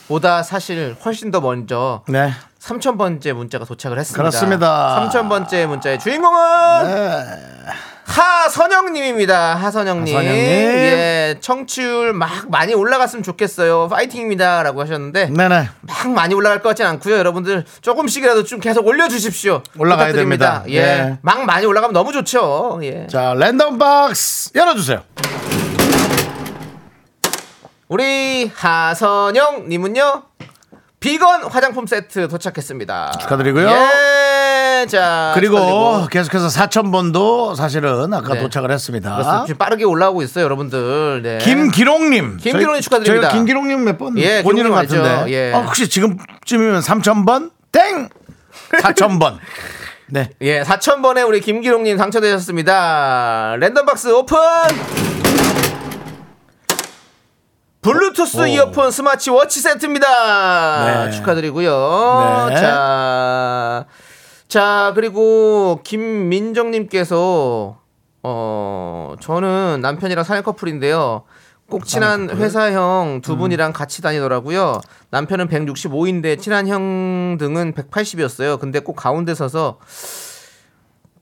보다 사실 훨씬 더 먼저 네. 3000번째 문자가 도착을 했습니다. 그렇습니다. 네. 3000번째 문자의 주인공은 하선영님입니다. 하선영님. 하선영님. 예, 청취율 막 많이 올라갔으면 좋겠어요. 파이팅입니다. 라고 하셨는데. 네네. 막 많이 올라갈 것 같진 않고요. 여러분들 조금씩이라도 좀 계속 올려주십시오. 올라가야 부탁드립니다. 됩니다. 예. 예. 막 많이 올라가면 너무 좋죠. 예. 자, 랜덤 박스 열어주세요. 우리 하선영님은요. 비건 화장품 세트 도착했습니다. 축하드리고요. 예. 자. 그리고 축하드리고. 계속해서 4,000번도 사실은 아까 네. 도착을 했습니다. 그렇습니다. 지금 빠르게 올라오고 있어요, 여러분들. 네. 아? 김기롱님. 김기롱님 저희- 축하드립니다. 저희가 김기롱님 몇 번 예, 본인은 기롱님 알죠. 같은데. 예. 어, 혹시 지금쯤이면 3,000번? 땡! 4,000번. 네. 예, 4,000번에 우리 김기롱님 당첨되셨습니다. 랜덤박스 오픈! 블루투스 오. 이어폰 스마트워치 세트입니다. 네. 축하드리고요. 네. 어, 자, 자, 그리고 김민정님께서, 어, 저는 남편이랑 사내 커플인데요. 꼭 친한 회사 형 음. 두 분이랑 같이 다니더라고요. 남편은 165인데 친한 형 등은 180이었어요. 근데 꼭 가운데 서서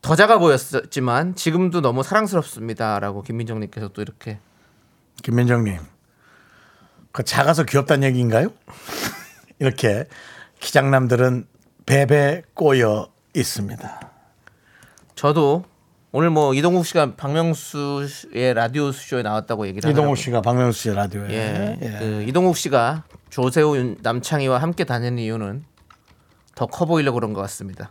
더 작아 보였지만 지금도 너무 사랑스럽습니다라고 김민정님께서 또 이렇게 김민정님. 그 작아서 귀엽다는 얘기인가요? 이렇게 기장남들은 베베 꼬여 있습니다. 저도 오늘 뭐 이동국 씨가 박명수의 라디오 쇼에 나왔다고 얘기를 이동호 하더라고요. 씨가 박명수 씨 라디오에. 아, 네. 예, 예. 그 이동국 씨가 조세호 윤- 남창희와 함께 다니는 이유는 더 커 보이려고 그런 것 같습니다.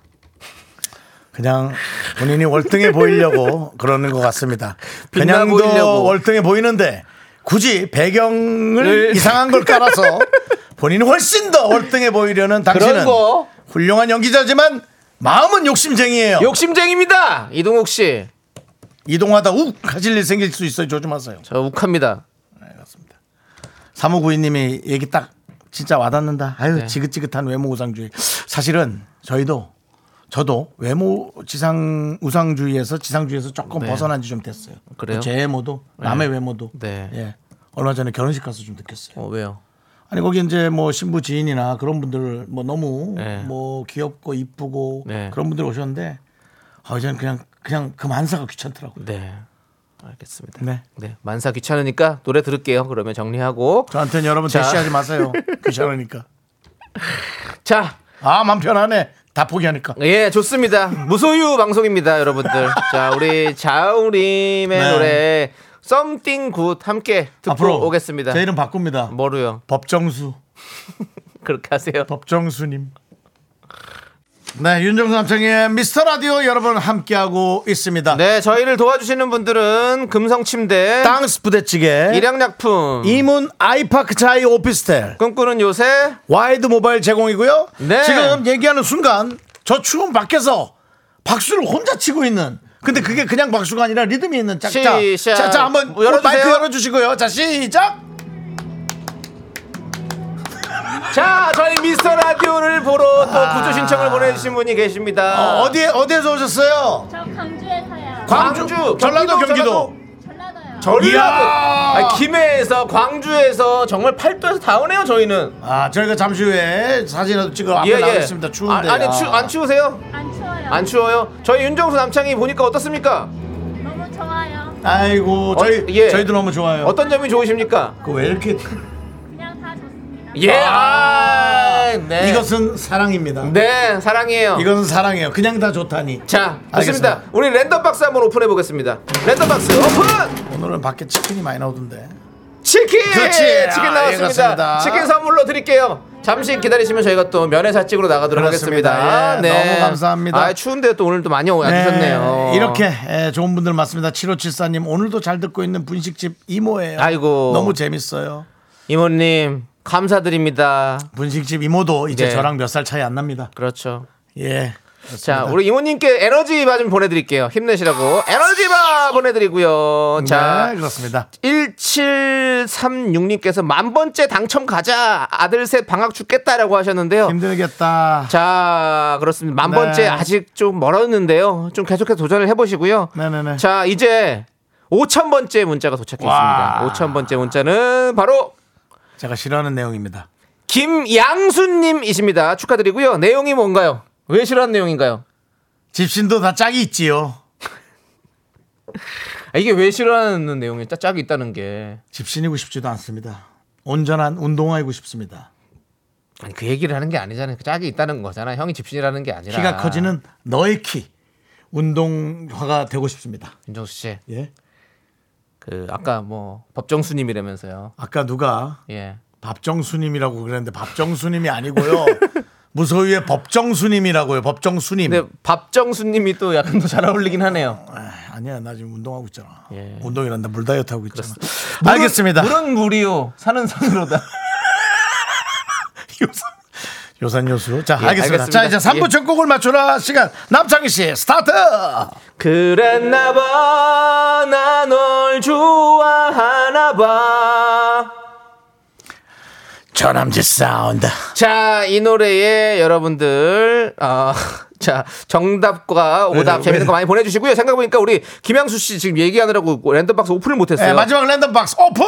그냥 본인이 월등해 보이려고 그러는 것 같습니다. 빛나 그냥도 보이려고. 월등해 보이는데 굳이 배경을 네. 이상한 걸 깔아서 본인이 훨씬 더 월등해 보이려는 당신은 그런 거 훌륭한 연기자지만 마음은 욕심쟁이에요. 욕심쟁입니다. 이동욱 씨. 이동하다 욱 하실 일 생길 수 있어요. 조심하세요. 저 욱합니다. 사무구이님이 얘기 딱 진짜 와닿는다. 아유 네. 지긋지긋한 외모 우상주의. 사실은 저희도 저도 외모 지상 우상주의에서 지상주의에서 조금 네. 벗어난 지 좀 됐어요. 그래요? 제 외모도 남의 외모도. 네. 예. 얼마 전에 결혼식 가서 좀 느꼈어요. 어, 왜요? 아니 거기 이제 뭐 신부 지인이나 그런 분들 뭐 너무 네. 뭐 귀엽고 이쁘고 네. 그런 분들 오셨는데 아 이제는 그냥 그냥 그 만사가 귀찮더라고요. 네. 알겠습니다. 네. 네. 만사 귀찮으니까 노래 들을게요. 그러면 정리하고 저한테는 여러분 자. 대시하지 마세요. 귀찮으니까. 자, 아, 맘 편하네. 다 포기하니까. 예, 좋습니다. 무소유 방송입니다, 여러분들. 자, 우리 자우림의 네. 노래 Something Good 함께 듣고 앞으로 오겠습니다. 제 이름 바꿉니다. 뭐로요? 법정수. 그렇게 하세요. 법정수님. 네, 윤정수 남창의 미스터 라디오 여러분 함께하고 있습니다. 네, 저희를 도와주시는 분들은 금성침대, 땅스 부대찌개, 일양약품, 이문 아이파크 차이 오피스텔, 꿈꾸는 요새, 와이드 모바일 제공이고요. 네. 지금 얘기하는 순간 저 추운 밖에서 박수를 혼자 치고 있는. 근데 그게 그냥 박수가 아니라 리듬이 있는 짝짝. 시작. 뭐 자, 자, 한번 열어주세요. 마이크 열어주시고요. 자, 시작. 자, 저희 미스터 라디오를 보러 또 구조 신청을 보내주신 분이 계십니다. 아. 어, 어디에 어디에서 오셨어요? 저 강주에서요. 광주, 전라도, 경기도. 전라도요. 전라도. 이야. 아니, 김해에서 광주에서 정말 팔도에서 다 오네요 저희는. 아 저희가 잠시 후에 사진을 찍어 앞에 나가겠습니다. 추운데. 예, 아, 아니 추, 안 추우세요? 안 추워요. 안 추워요? 저희 윤정수 남창이 보니까 어떻습니까? 너무 좋아요. 아이고 저희 어, 예. 저희도 너무 좋아요. 어떤 점이 좋으십니까? 그왜 이렇게 그냥 다 좋습니다. 예, 아, 네. 이것은 사랑입니다. 네, 사랑이에요. 이것은 사랑이에요. 그냥 다 좋다니. 자, 알겠습니다. 좋습니다. 우리 랜덤 박스 한번 오픈해 보겠습니다. 랜덤 박스 오픈! 오늘은 밖에 치킨이 많이 나오던데. 치킨! 그렇지. 치킨 아, 예, 나왔습니다. 그렇습니다. 치킨 선물로 드릴게요. 잠시 기다리시면 저희가 또 면회사찍으로 나가도록 그렇습니다. 하겠습니다. 예, 너무 감사합니다. 아, 추운데 또 오늘 또 많이 와주셨네요. 네, 이렇게 예, 좋은 분들 많습니다. 7574님 오늘도 잘 듣고 있는 분식집 이모예요. 아이고. 너무 재밌어요. 이모님, 감사드립니다. 분식집 이모도 이제 네. 저랑 몇 살 차이 안 납니다. 그렇죠. 예. 자, 그렇습니다. 우리 이모님께 에너지 바 좀 보내드릴게요. 힘내시라고. 에너지 바 보내드리고요. 자, 네, 그렇습니다. 1736님께서 만번째 당첨 가자. 아들 셋 방학 죽겠다라고 하셨는데요. 힘들겠다. 자, 그렇습니다. 만번째 네. 아직 좀 멀었는데요. 좀 계속해서 도전을 해보시고요. 네네네. 자, 이제 5,000번째 문자가 도착했습니다. 와. 5,000번째 문자는 바로 제가 싫어하는 내용입니다. 김양수님이십니다. 축하드리고요. 내용이 뭔가요? 왜 싫어하는 내용인가요? 집신도 다 짝이 있지요. 아, 이게 왜 싫어하는 내용이 짝짝이 있다는 게 집신이고 싶지도 않습니다. 온전한 운동화이고 싶습니다. 아니 그 얘기를 하는 게 아니잖아요. 그 짝이 있다는 거잖아. 형이 집신이라는 게 아니라. 키가 커지는 너의 키 운동화가 되고 싶습니다. 윤정수 씨. 예. 그 아까 뭐 법정수님이라면서요. 아까 누가 예. 밥정수님이라고 그랬는데 밥정수님이 아니고요. 무소유의 법정수님이라고요. 법정수님. 근데 밥정수님이 또 약간 더 잘 어울리긴 하네요. 아, 아니야 나 지금 운동하고 있잖아. 예. 운동이란다 물 다이어트 하고 있잖아. 알겠습니다. 물은 물이요. 산은 산으로다. 요산 요산 요수. 자 예, 알겠습니다. 자 알겠습니다. 이제 3부 예. 첫 곡을 맞춰라 시간 남창희 씨 스타트. 그랬나 봐. 나 널 좋아하나 봐. 전남지 사운드. 자, 이 노래에 여러분들, 어, 자, 정답과 오답, 네, 재밌는 네. 거 많이 보내주시고요. 생각해보니까 우리 김양수 씨 지금 얘기하느라고 랜덤박스 오픈을 못했어요. 네, 마지막 랜덤 박스 오픈.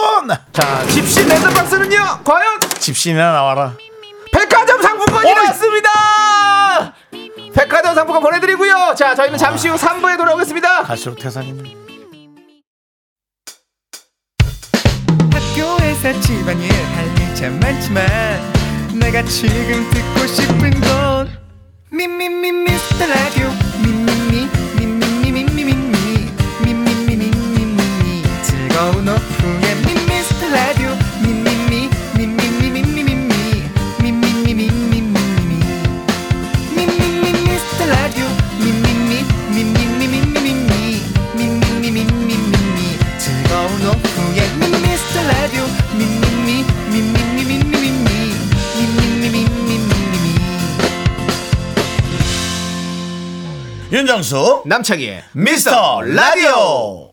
자, 집신 랜덤박스는요, 과연 집신이나 나와라. 백화점 상품권이 어이. 나왔습니다! 백화점 상품권 보내드리고요. 자, 저희는 잠시 후 3부에 돌아오겠습니다. 갈수록 태산입니다. 학교에서 집안일 할 일 참 많지만 내가 지금 듣고 싶은 건 미미미 미스터 라디오 미미미 미미미 미미미 미미미 미미미 즐거운 오후에 미스터 라디오 미미미 미미미 미미미 미미미 미미미 윤정수 남창희의 미스터 라디오.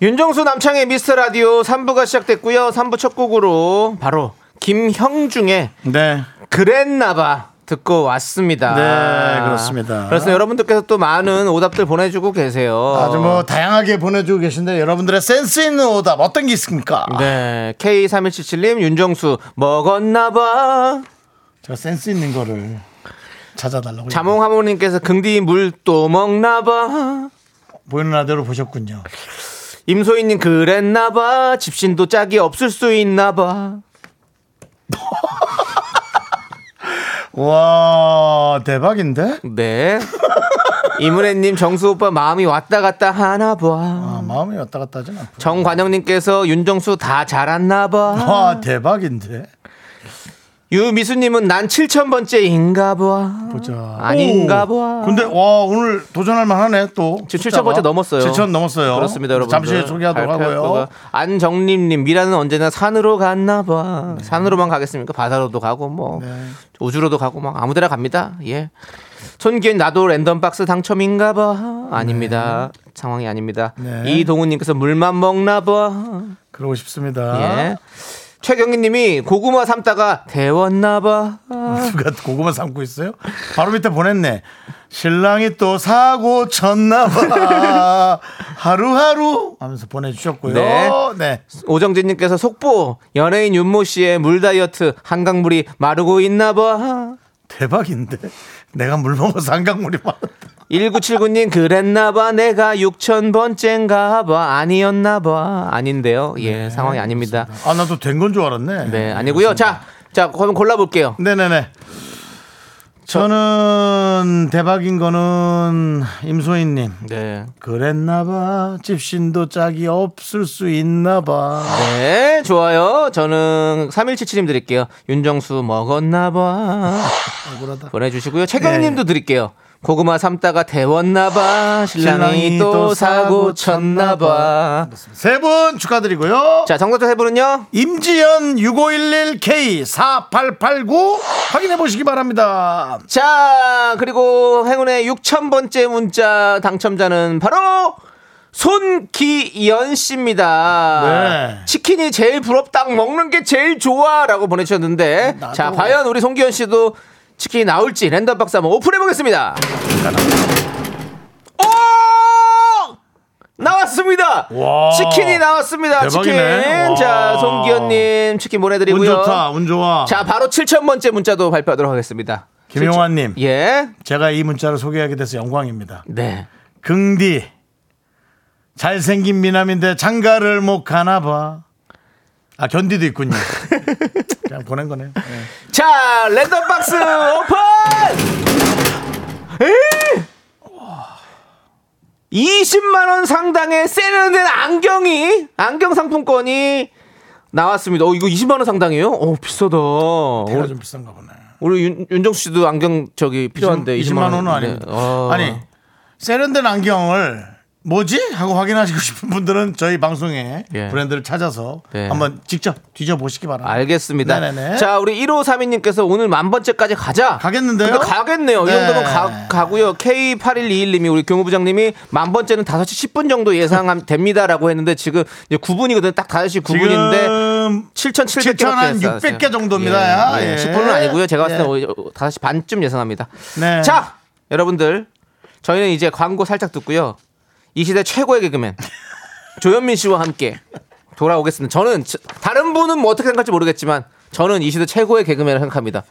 윤정수 남창의 미스터 라디오 3부가 시작됐고요. 3부 첫 곡으로 바로 김형중의 네. 그랬나봐 듣고 왔습니다. 네, 그렇습니다. 그래서 여러분들께서 또 많은 오답들 보내주고 계세요. 아주 뭐 다양하게 보내주고 계신데 여러분들의 센스 있는 오답 어떤 게 있습니까? 네, K3177님, 윤정수, 먹었나봐. 제가 센스 있는 거를 찾아달라고 자몽하모님께서 긍디 물 또 먹나봐. 보이는 라디오로 보셨군요. 임소희님, 그랬나봐. 집신도 짝이 없을 수 있나봐. 와 대박인데? 네. 이문혜님, 정수 오빠 마음이 왔다 갔다 하나봐. 아, 마음이 왔다 갔다 하진 않고. 정관영님께서 윤정수 다 잘았나봐. 와 대박인데? 유미수님은 난 7,000번째인가 봐. 보자. 아닌가 오, 봐. 근데 와 오늘 도전할 만하네 또. 지금 7천 번째 넘었어요. 7천 넘었어요. 그렇습니다, 여러분. 잠시 후에 소개하도록 하고요. 안정림님, 미라는 언제나 산으로 갔나봐. 산으로만 가겠습니까? 바다로도 가고 네. 뭐 우주로도 가고 막 아무데나 갑니다. 예. 손기현 나도 랜덤박스 당첨인가봐. 아닙니다. 상황이 아닙니다. 네. 이동우님께서 물만 먹나봐. 그러고 싶습니다. 예. 최경희님이 고구마 삶다가 데웠나봐. 아. 누가 고구마 삶고 있어요? 바로 밑에 보냈네. 신랑이 또 사고 쳤나봐. 하루하루 하면서 보내주셨고요. 네. 네. 오정진님께서 속보 연예인 윤모 씨의 물 다이어트 한강물이 마르고 있나봐. 대박인데. 내가 물 먹어서 한강물이 많았다. 1979님 그랬나봐 내가 6,000번째인가봐 아니었나봐 아닌데요 예 상황이 아닙니다 아, 나도 된 건 줄 알았네. 네 아니고요 자자 그럼 골라볼게요 네네네. 저는 대박인 거는 임소희님. 네, 그랬나봐. 집신도 짝이 없을 수 있나봐. 네 좋아요 저는 3177님 드릴게요 윤정수 먹었나봐 억울하다. 보내주시고요 최경님도 드릴게요 고구마 삶다가 데웠나봐 신랑이 신랑이, 또 또 사고 사고 쳤나봐 세 분 축하드리고요. 자 정답자 세 분은요 임지연 6511K4889 확인해 보시기 바랍니다. 자, 그리고 행운의 6,000번째 문자 당첨자는 바로 손기연 씨입니다. 네. 치킨이 제일 부럽다, 먹는 게 제일 좋아 라고 보내주셨는데, 나도. 자, 과연 우리 손기현 씨도 치킨이 나올지 랜덤 박스 한번 오픈해 보겠습니다. 오! 나왔습니다! 와. 치킨이 나왔습니다, 대박이네. 치킨! 와. 자, 손기현님 치킨 운 보내드리고요. 좋다, 운 좋아. 자, 바로 7,000번째 문자도 발표하도록 하겠습니다. 김용환님, 예. 네. 제가 이 문자를 소개하게 돼서 영광입니다. 네. 긍디, 잘생긴 미남인데 장가를 못 가나 봐. 아 견디도 있군요. 그냥 보낸 거네요. 네. 자, 랜덤 박스 오픈! 에이! 20만 원 상당의 세련된 안경이 안경 상품권이 나왔습니다. 어, 이거 20만 원 상당이에요? 어, 비싸다. 내가 우리, 좀 비싼가 보네. 우리 윤, 윤정수 씨도 안경 저기 필요한데 네. 20, 20만 원은 아닙니다. 아니 세련된 안경을 뭐지 하고 확인하시고 싶은 분들은 저희 방송에 예. 브랜드를 찾아서 예. 한번 직접 뒤져 보시기 바랍니다. 알겠습니다. 네네네. 자, 우리 1532님께서 오늘 만 번째까지 가자. 가겠는데요? 근데 가겠네요. 네. 이 정도면 가, 가고요. K8121님이 우리 교무부장님이 만 번째는 5시 10분 정도 예상됩니다라고 했는데 지금 이제 9분이거든요. 딱 5시 9분인데 지금 7,700개. 7,600개 정도입니다. 예, 예. 10분은 아니고요. 제가 봤을 때 예. 5시 반쯤 예상합니다. 네. 자, 여러분들. 저희는 이제 광고 살짝 듣고요. 이 시대 최고의 개그맨 조현민 씨와 함께 돌아오겠습니다. 저는 저- 다른 분은 뭐 어떻게 생각할지 모르겠지만 저는 이 시대 최고의 개그맨을 생각합니다.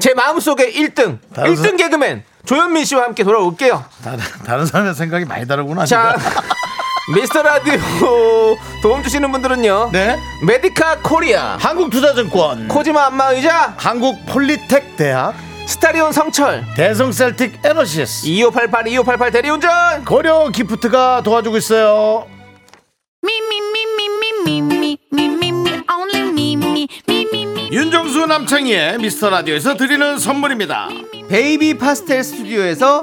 제 마음속에 1등, 다른 1등 개그맨 조현민 씨와 함께 돌아올게요. 다른, 다른 사람의 생각이 많이 다르구나. 자, 진짜. 미스터 라디오 도움 주시는 분들은요. 네. 메디카 코리아, 한국투자증권, 코지마 안마 의자, 한국 폴리텍 대학, 스타리온 성철, 대성셀틱 에너시스, 2588 2588 대리운전. 고려 기프트가 도와주고 있어요. Me, me, me, me, me, me, me, me, me, me, only me, me, me, me, me. 윤정수 남창희의 미스터 라디오에서 드리는 선물입니다. 베이비 파스텔 스튜디오에서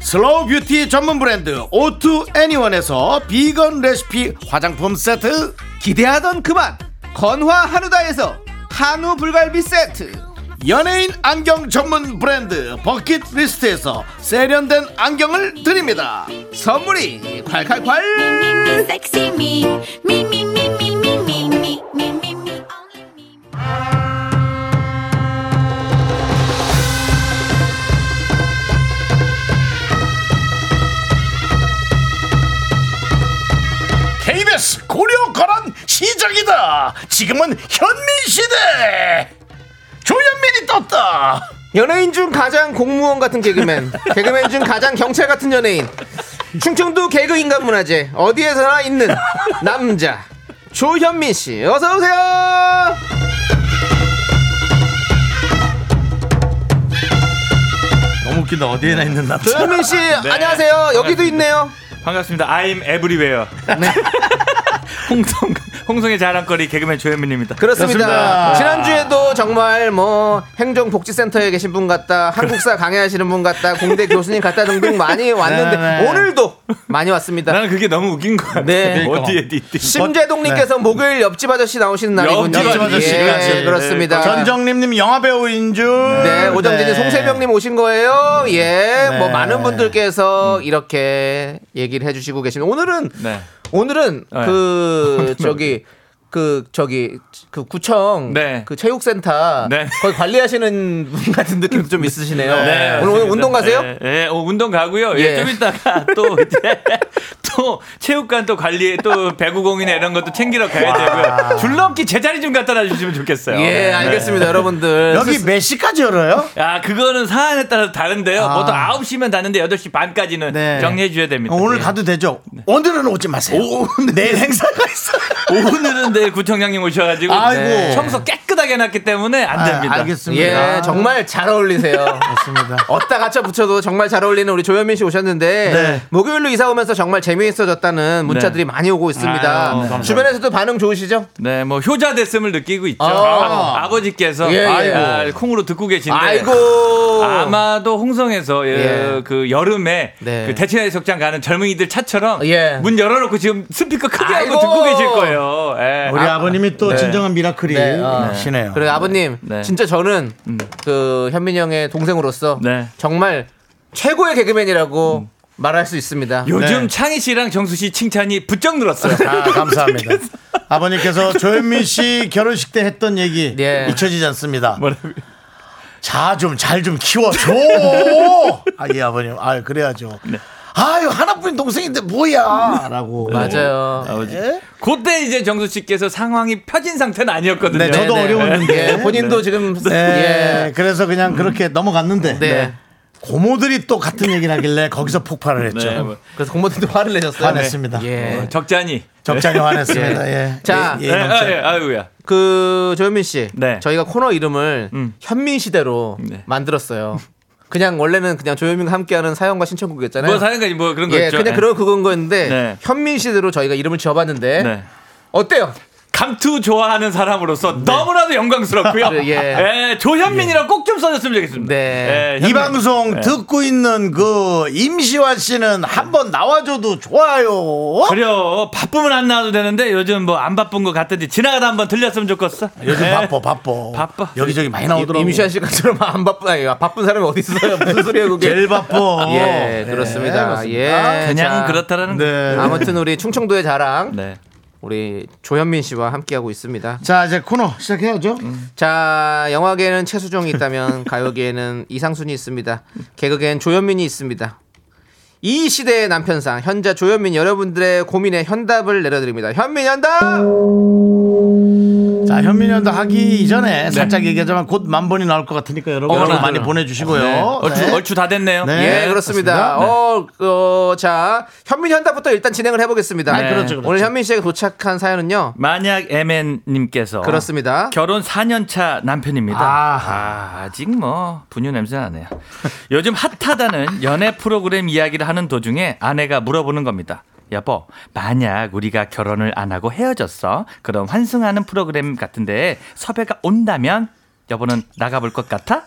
슬로우 뷰티 전문 브랜드 오투 애니원에서 비건 레시피 화장품 세트 기대하던 그만 건화 한우다에서 한우 불갈비 세트 연예인 안경 전문 브랜드 버킷리스트에서 세련된 안경을 드립니다 선물이 콸콸콸 Me, sexy me. Me, me, me, me, me, me, me, me, me, me, only me. KBS 고려 거란 시작이다. 지금은 현민 시대. 조현민이 떴다. 연예인 중 가장 공무원 같은 개그맨 개그맨 중 가장 경찰 같은 연예인 충청도 개그 인간 문화재 어디에서나 있는 남자 조현민 씨 어서 오세요 너무 웃긴다. 어디에나 있는 남자. 네. 조현민 씨 안녕하세요 여기도 있네요 반갑습니다. I'm everywhere. 홍성 홍성의 자랑거리 개그맨 조현민입니다. 그렇습니다. 그렇습니다. 지난주에도 정말 뭐 행정복지센터에 계신 분 같다, 한국사 강의하시는 분 같다, 공대 교수님 같다 등등 많이 왔는데 네네. 오늘도 많이 네. 왔습니다. 나는 아, 그게 너무 웃긴 거야. 네. 어디에 어디. 심재동님께서 목요일 옆집 아저씨 나오시는 날이군요. 옆집 아저씨까지. 예, 그렇습니다. 네, 전정림님 영화 배우인 줄. 네, 오정진님 송세병님 오신 거예요. 예, 네. 뭐 많은 분들께서 이렇게 얘기를 해주시고 계신. 오늘은 네. 오늘은 네. 그 저기 그 저기 그 구청 네. 그 체육센터 네. 거기 관리하시는 분 같은 느낌도 좀 있으시네요. 네, 오늘 오늘 맞습니다. 운동 가세요? 예, 예, 어, 운동 가고요. 예, 예. 좀 있다가 또 이제 또 체육관 또 관리 또 배구공이나 이런 것도 챙기러 가야 되고요. 줄넘기 제자리 좀 갖다 놔주시면 좋겠어요. 예, 알겠습니다, 여러분들. 여기 몇 시까지 열어요? 아, 그거는 사안에 따라서 다른데요. 보통 9시면 닫는데 8시 반까지는 네. 정리해 줘야 됩니다. 오늘 예. 가도 되죠. 오늘은 오지 마세요. 내일 행사가 있어요. 오늘은 내일 네, 그 구청장님 오셔가지고 아이고. 아, 네. 청소 깨끗하게 해놨기 때문에 안 됩니다. 알겠습니다. 예, 정말 잘 어울리세요. 좋습니다. 어디다 갖다 붙여도 정말 잘 어울리는 우리 조현민 씨 오셨는데 네. 목요일로 이사 오면서 정말 재미있어졌다는 문자들이 많이 오고 있습니다. 아유, 감사합니다. 주변에서도 반응 좋으시죠? 네, 뭐 효자 됐음을 느끼고 있죠. 아. 아, 버지께서 예, 예. 아, 아, 콩으로 듣고 계신데 아이고 아마도 홍성에서 예, 예. 그 여름에 네. 그 대치나의 석장 가는 젊은이들 차처럼 예. 문 열어놓고 지금 스피커 크게 아이고. 하고 듣고 계실 거예요. 예. 우리 아, 버님이또 진정한 미라클이 네, 어. 시네요. 그래 아버님 네. 진짜 저는 그 현민이 형의 동생으로서 네. 정말 최고의 개그맨이라고 말할 수 있습니다. 요즘 네. 창희 씨랑 정수 씨 칭찬이 부쩍 늘었어요. 아, 감사합니다. 아버님께서 조현민 씨 결혼식 때 했던 얘기 예. 잊혀지지 않습니다. 뭐라고요? 자 좀 잘 좀 키워줘. 아 예 아버님, 아 그래야죠. 네. 아유 하나뿐인 동생인데 뭐야라고. 맞아요. 네. 그때 이제 정수 씨께서 상황이 펴진 상태는 아니었거든요. 네, 저도 네네. 어려웠는데. 예, 본인도 지금 네, 예. 그래서 그냥 그렇게 넘어갔는데 네. 고모들이 또 같은 얘기를 하길래 거기서 폭발을 했죠. 네, 뭐. 그래서 공모들도 화를 내셨어요. 화냈습니다. 예. 적잖이. 적잖이 화냈습니다. 예. 예. 자, 예, 예, 예, 넘쳐. 아, 예, 아유야. 그 조현민 씨, 네. 저희가 코너 이름을 음. 현민 시대로 네. 만들었어요. 그냥 원래는 그냥 조현민과 함께하는 사연과 신청곡이었잖아요. 네. 뭐 사는 거지 뭐 그런 거 예, 있죠. 그냥 예. 그런 그건 거였는데 네. 현민 시대로 저희가 이름을 지어봤는데 네. 어때요? 감투 좋아하는 사람으로서 네. 너무나도 영광스럽고요. 그, 네, 예. 예, 조현민이랑 꼭 좀 써줬으면 좋겠습니다. 네. 예, 이 현민. 방송 듣고 있는 그 임시완 씨는 한번 나와줘도 좋아요. 그래요. 바쁘면 안 나와도 되는데 요즘 뭐 안 바쁜 것 같던데 지나가다 한번 들렸으면 좋겠어. 아, 요즘 예. 바빠 바빠 바빠. 여기저기 많이 나오더라고. 임시한 씨가처럼 안 바쁜 아니, 바쁜 사람이 어디 있어요? 무슨 소리예요, 그게? 제일 바빠. 예, 그렇습니다. 그렇습니다. 예, 어. 네, 그냥 자, 그렇다라는 거. 네. 아무튼 우리 충청도의 자랑 네. 우리 조현민 씨와 함께하고 있습니다. 자 이제 코너 시작해야죠. 자, 영화계에는 최수종이 있다면 가요계에는 이상순이 있습니다. 개그계엔 조현민이 있습니다. 이 시대의 남편상 현자 조현민 여러분들의 고민에 현답을 내려드립니다. 현민 현답. 자 현민연도 하기 이전에 살짝 얘기하자면 곧 만번이 나올 것 같으니까 여러분 어머나. 여러분 많이 보내주시고요. 네. 어, 얼추, 네. 얼추 다 됐네요. 네. 예, 그렇습니다. 어, 어, 자, 현민 현답부터 일단 진행을 해보겠습니다. 아, 그렇죠, 그렇죠. 오늘 현민 씨에게 도착한 사연은요. 만약 MN님께서 그렇습니다. 결혼 4년차 남편입니다. 아하. 아, 아직 뭐 분유 냄새 나네요. 요즘 핫하다는 연애 프로그램 이야기를 하는 도중에 아내가 물어보는 겁니다. 여보, 만약 우리가 결혼을 안 하고 헤어졌어. 그럼 환승하는 프로그램 같은데 섭외가 온다면 여보는 나가볼 것 같아?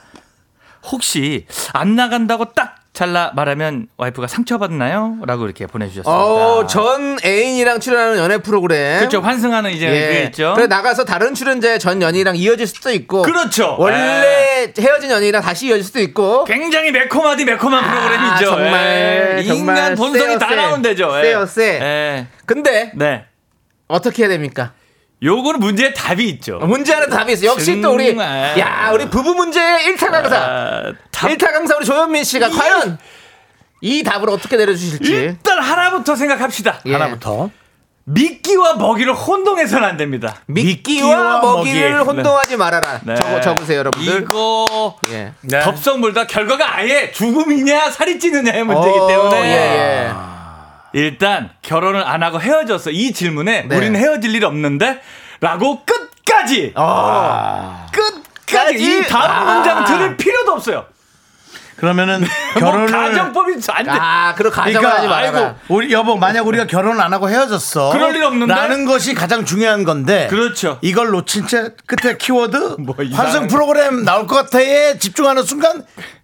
혹시 안 나간다고 딱 잘라 말하면 와이프가 상처받나요? 라고 이렇게 보내주셨습니다. 어, 전 애인이랑 출연하는 연애 프로그램. 그렇죠. 환승하는 이제 그게 있죠. 네. 예. 그래 나가서 다른 출연자의 전 연인이랑 이어질 수도 있고. 그렇죠. 예. 원래 헤어진 연인이랑 다시 이어질 수도 있고. 굉장히 매콤하디 매콤한 프로그램이죠. 아, 정말, 예. 정말 인간 본성이 세요, 다 세. 나온대죠. 예. 세요, 세. 예. 근데 네. 어떻게 해야 됩니까? 요거는 문제의 답이 있죠. 문제 하나 답이 있어. 역시 또 우리 정말. 야 우리 부부 문제의 일타 강사. 아, 답- 예. 일타 강사 우리 조현민 씨가 과연 이 답을 어떻게 내려주실지. 일단 예. 하나부터 생각합시다. 예. 하나부터 미끼와 먹이를 혼동해서는 안 됩니다. 미끼와 미끼와 먹이를 먹이. 혼동하지 말아라. 네. 적어, 적으세요, 여러분들. 이거 예. 덥석물다 결과가 아예 죽음이냐 살이 찌느냐의 문제이기 어, 때문에 예, 예. 일단 결혼을 안 하고 헤어졌어. 이 질문에 네. 우리는 헤어질 일 없는데 라고 끝까지 아. 끝까지 이 다음 문장 들을 필요도 없어요. 그러면은 결혼 결혼을 가정법이 안 돼. 아, 그런 가정을 그러니까 하지 말아라. 아이고 우리 여보 만약 우리가 결혼 안 하고 헤어졌어. 그럴 일 없는데? 라는 것이 가장 중요한 건데. 그렇죠. 이걸 놓친 채 끝에 키워드 이상한 환승 프로그램 나올 것 같아에 집중하는 순간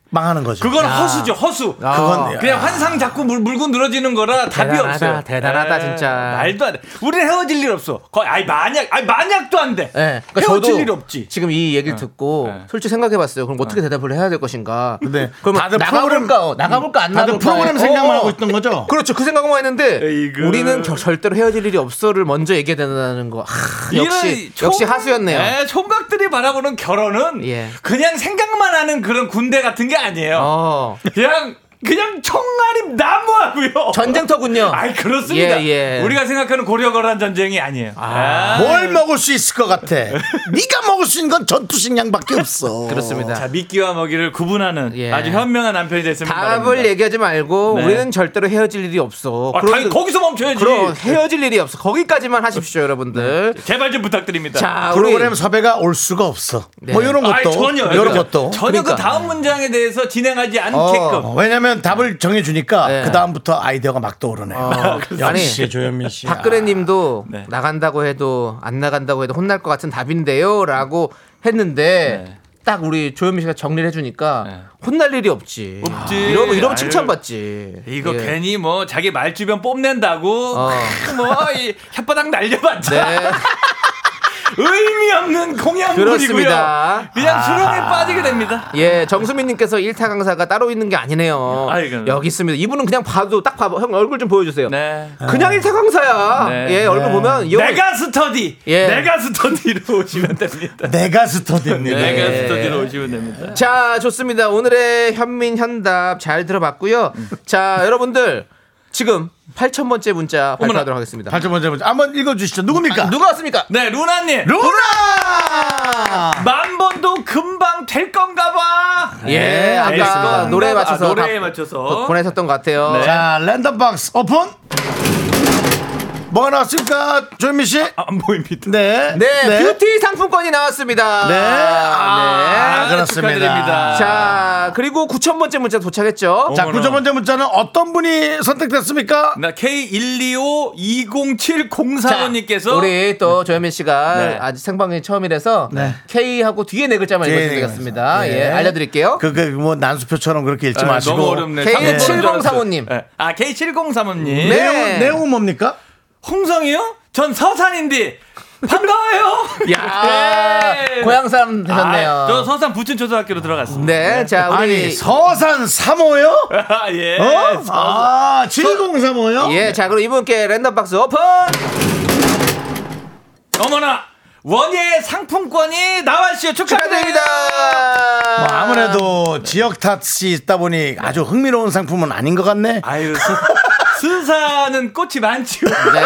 망하는 거죠. 그건 허수죠, 허수. 아, 그건 그냥 환상 자꾸 물, 물고 늘어지는 거라 답이 어, 대단하다, 없어요. 대단하다, 예, 진짜. 말도 안 돼. 우리는 헤어질 일 없어. 거의 아니 만약, 아니 만약도 안 돼. 예. 그러니까 헤어질 저도 일 없지. 지금 이 얘기를 듣고 예. 솔직히 생각해봤어요. 그럼 어떻게 대답을 해야 될 것인가? 근데 그럼 다들 나가볼까? 어, 나가볼까 안 다들 나가볼까? 프로그램 어, 생각만 어. 하고 있던 거죠. 그렇죠. 그 생각만 했는데 에이그. 우리는 겨- 절대로 헤어질 일이 없어를 먼저 얘기해야 된다는 거. 하, 역시 이런 총- 역시 하수였네요. 예, 총각들이 바라보는 결혼은 예. 그냥 생각만 하는 그런 군대 같은 게 아니에요. 어. 그냥 그냥 총알이 나무하고요. 전쟁터군요. 어. 아이 그렇습니다. 예, 예. 우리가 생각하는 고려거란 전쟁이 아니에요. 아. 뭘 먹을 수 있을 것 같아. 네가 먹을 수 있는 건 전투식량밖에 없어. 그렇습니다. 자 아, 미끼와 먹이를 구분하는 예. 아주 현명한 남편이 됐습니다. 답을 얘기하지 말고 네. 우리는 절대로 헤어질 일이 없어. 아, 그런- 당연히 거기서 멈춰야지. 그럼 헤어질 일이 없어. 거기까지만 하십시오, 여러분들. 제발 좀 부탁드립니다. 자, 프로그램 아, 우리- 섭외가 올 수가 없어. 네. 뭐 이런 것도 아이, 전혀 이런 것도 전혀 그 그러니까. 다음 문장에 대해서 진행하지 않게끔 어, 왜냐면 답을 정해주니까 네. 그 다음부터 아이디어가 막 떠오르네. 어, 역시 조현민 씨. 박근혜님도 네. 나간다고 해도 안 나간다고 해도 혼날 것 같은 답인데요라고 했는데 네. 딱 우리 조현미 씨가 정리를 해주니까 네. 혼날 일이 없지. 없지. 이러면 이러면 아유. 칭찬받지. 이거 예. 괜히 뭐 자기 말주변 뽐낸다고 뭐 어. 뭐이 혓바닥 날려봤자 네. 의미 없는 공양물이고요. 그렇습니다. 그냥 수렁에 빠지게 됩니다. 예, 정수민님께서 1타 강사가 따로 있는 게 아니네요. 아, 이거는. 여기 있습니다. 이분은 그냥 봐도 딱 봐봐. 형 얼굴 좀 보여주세요. 네. 그냥 1타 강사야. 네. 예, 얼굴 보면 이 형은- 내가 스터디, 예. 내가 스터디로 오시면 됩니다. 내가 스터디입니다. 네. 내가 스터디로 오시면 됩니다. 자, 좋습니다. 오늘의 현민 현답 잘 들어봤고요. 자, 여러분들 지금 8,000번째 문자 발표하도록 하겠습니다. 발전 먼저 먼저 한번 읽어주시죠. 누굽니까? 누가 왔습니까? 아, 네, 루나님. 루라. 만 번도 금방 될 건가 봐. 예, 아까 네, 알겠습니다. 노래에 맞춰서 아, 노래에 다그 맞춰서. 보내셨던 것 같아요. 네. 자, 랜덤 박스 오픈. 뭐가 나왔을까, 조현미 씨? 안 보입니다. 네. 네, 뷰티 상품권이 나왔습니다. 네. 아, 네. 그렇습니다. 축하드립니다. 자, 그리고 9,000번째 문자 도착했죠. 자, 아. 어머나. 9천 번째 문자는 어떤 분이 선택됐습니까? 나 K12520704번님께서 우리 또 조현민 씨가 네. 아직 생방송이 처음이라서 네. K하고 뒤에 네 글자만 뒤에 읽어주면 네 되겠습니다. 글자. 예, 네. 알려드릴게요. 그, 그, 뭐, 난수표처럼 그렇게 읽지 마시고. 너무 어렵네. K 상품 칠공사오님. 번호 줄 알았어요. 네. 아 K7035님. 네. 내용, 내용은 뭡니까? 홍성이요? 전 서산인데 반가워요. 야, 네. 아, 고향 사람 되셨네요. 아, 저 서산 부천초등학교로 들어갔습니다. 네, 자, 우리 아니, 서산 3호요? 아, 예. 어? 아, 7035요? 예, 자, 그럼 이분께 랜덤 박스 오픈! 어머나 원예 상품권이 나와주시오 축하드립니다. 축하드립니다! 뭐 아무래도 지역 탓이 있다 보니 아주 흥미로운 상품은 아닌 것 같네. 아유 수- 수사는 꽃이 많지요. 네,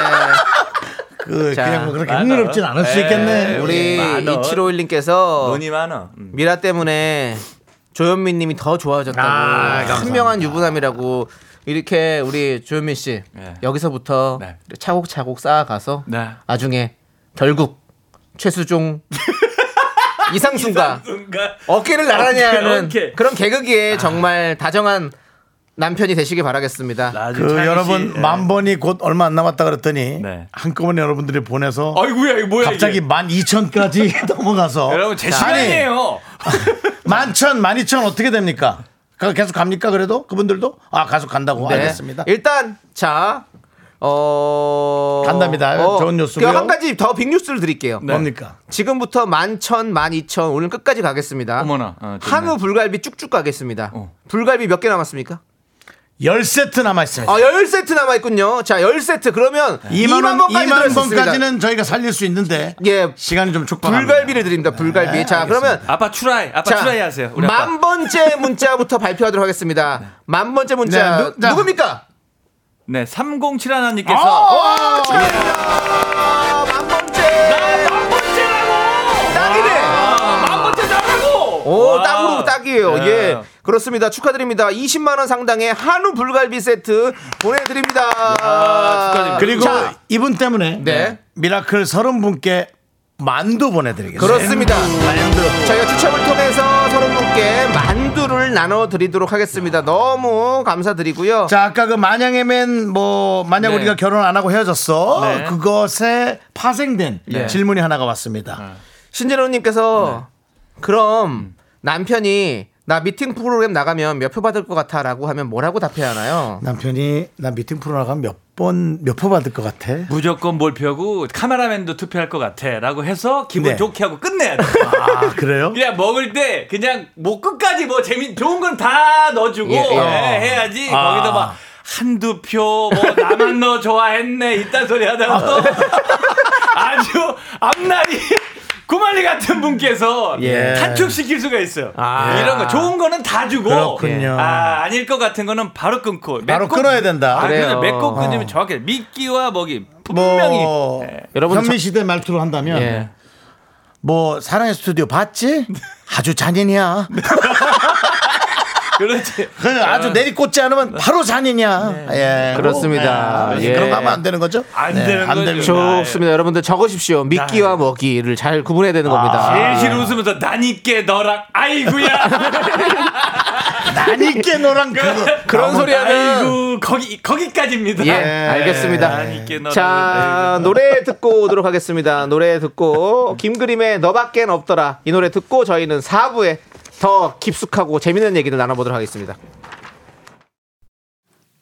그, 자, 그냥 뭐 그렇게 맞아. 흥미롭진 않을 수 에이, 있겠네. 그 우리 많어. 2751님께서 돈이 많아. 음. 미라 때문에 조현민 님이 더 좋아졌다고. 아, 감사합니다. 현명한 유부남이라고. 이렇게 우리 조현민 씨 네. 여기서부터 네. 차곡차곡 쌓아가서 네. 나중에 결국 최수종 이상순과 뭔가 어깨를 나란히 어깨, 하는 어깨. 그런 아. 개그기에 정말 다정한 남편이 되시길 바라겠습니다. 나중에 그 창희 씨, 여러분 예. 만 번이 곧 얼마 안 남았다 그랬더니 네. 한꺼번에 여러분들이 보내서 아이고야 이거 뭐야 갑자기 이게. 만 이천까지 넘어가서 여러분 제 아니, 시간이에요. 만천 만이천 어떻게 됩니까? 그 계속 갑니까 그래도 그분들도 아 계속 간다고 네. 알겠습니다. 일단 자 어. 간답니다. 좋은 뉴스고요. 네. 그한 가지 더 빅뉴스를 드릴게요. 뭡니까? 지금부터 만천, 만이천 오늘 끝까지 가겠습니다. 어머나, 어, 좋네. 한우 불갈비 쭉쭉 가겠습니다. 어. 불갈비 몇 개 남았습니까? 열 세트 남아 있습니다. 아, 10세트 남아 있군요. 자, 10세트 그러면 네. 이 2만 원 2만 번까지 2만 들을 수 있습니다. 번까지는 저희가 살릴 수 있는데 예. 시간이 좀 촉박합니다. 불갈비를 드립니다. 불갈비. 자, 그러면 아빠 추라이 네, 아빠 추라이 하세요. 우리 아빠. 만 번째 문자부터 발표하도록 하겠습니다. 만 번째 문자 네, 누- 자. 누, 굽니까 네, 307 하나님께서 만 번째 만 번째라고. 딱이네. 아, 만 번째 나라고. 오, 와. 딱으로 딱이에요. 네. 예. 그렇습니다. 축하드립니다. 20만 원 상당의 한우 불갈비 세트 보내 드립니다. 축하드립니다. 그리고 이분 때문에 네. 미라클 서른 분께 만두 보내드리겠습니다. 그렇습니다. 만두. 저희가 추첨을 통해서 서른 분께 만두를 나눠 드리도록 하겠습니다. 너무 감사드리고요. 자 아까 그 만약에 맨뭐 만약 네. 우리가 결혼 안 하고 헤어졌어 네. 그것에 파생된 네. 질문이 하나가 왔습니다. 신재로님께서 네. 음. 그럼 남편이 나 미팅 프로그램 나가면 몇 표 받을 것 같아라고 하면 뭐라고 답해야 하나요? 남편이 나 미팅 프로 나가면 몇 번 몇 퍼 받을 것 같아? 무조건 몰표고 카메라맨도 투표할 것 같아라고 해서 기분 네. 좋게 하고 끝내야 돼. 예. 아 그래요? 그냥 먹을 때 그냥 뭐 끝까지 뭐 재미 좋은 건 다 넣어주고 예, 예. 예, 해야지 아. 거기다 막 한두 표 뭐 나만 너 좋아했네 이딴 소리 하다가 또 아주 앞날이 구말리 같은 분께서 네. 예. 탄축시킬 수가 있어요. 아, 이런 아. 거 좋은 거는 다 주고 그렇군요. 아 아닐 것 같은 거는 바로 끊고 바로 맺고- 끊어야 된다. 아, 그래요. 그냥 맺고 끊으면 정확해. 미끼와 먹이 분명히 네. 뭐 여러분 현미 시대 말투로 한다면 예. 뭐 사랑의 스튜디오 봤지? 아주 잔인이야. 그렇지. 네. 그 아주 내리꽂지 않으면 바로 잔인이야. 예. 그렇습니다. 뭐, 예. 그런 거 하면 안 되는 거죠? 안 되는 거죠. 됩니다. 좋습니다. 여러분들 적으십시오. 미끼와 먹이를 잘 구분해야 되는 겁니다. 실실 웃으면서 난 있게 너랑 아이구야. 난 있게 너랑 그거. 그런 소리 하는 아이고 거기 거기까지입니다. 예, 예. 알겠습니다. 난 있게 너랑 자, 노래 듣고 오도록 하겠습니다. 노래 듣고 김그림의 너밖엔 없더라. 이 노래 듣고 저희는 4부에 더 깊숙하고 재밌는 얘기를 나눠보도록 하겠습니다.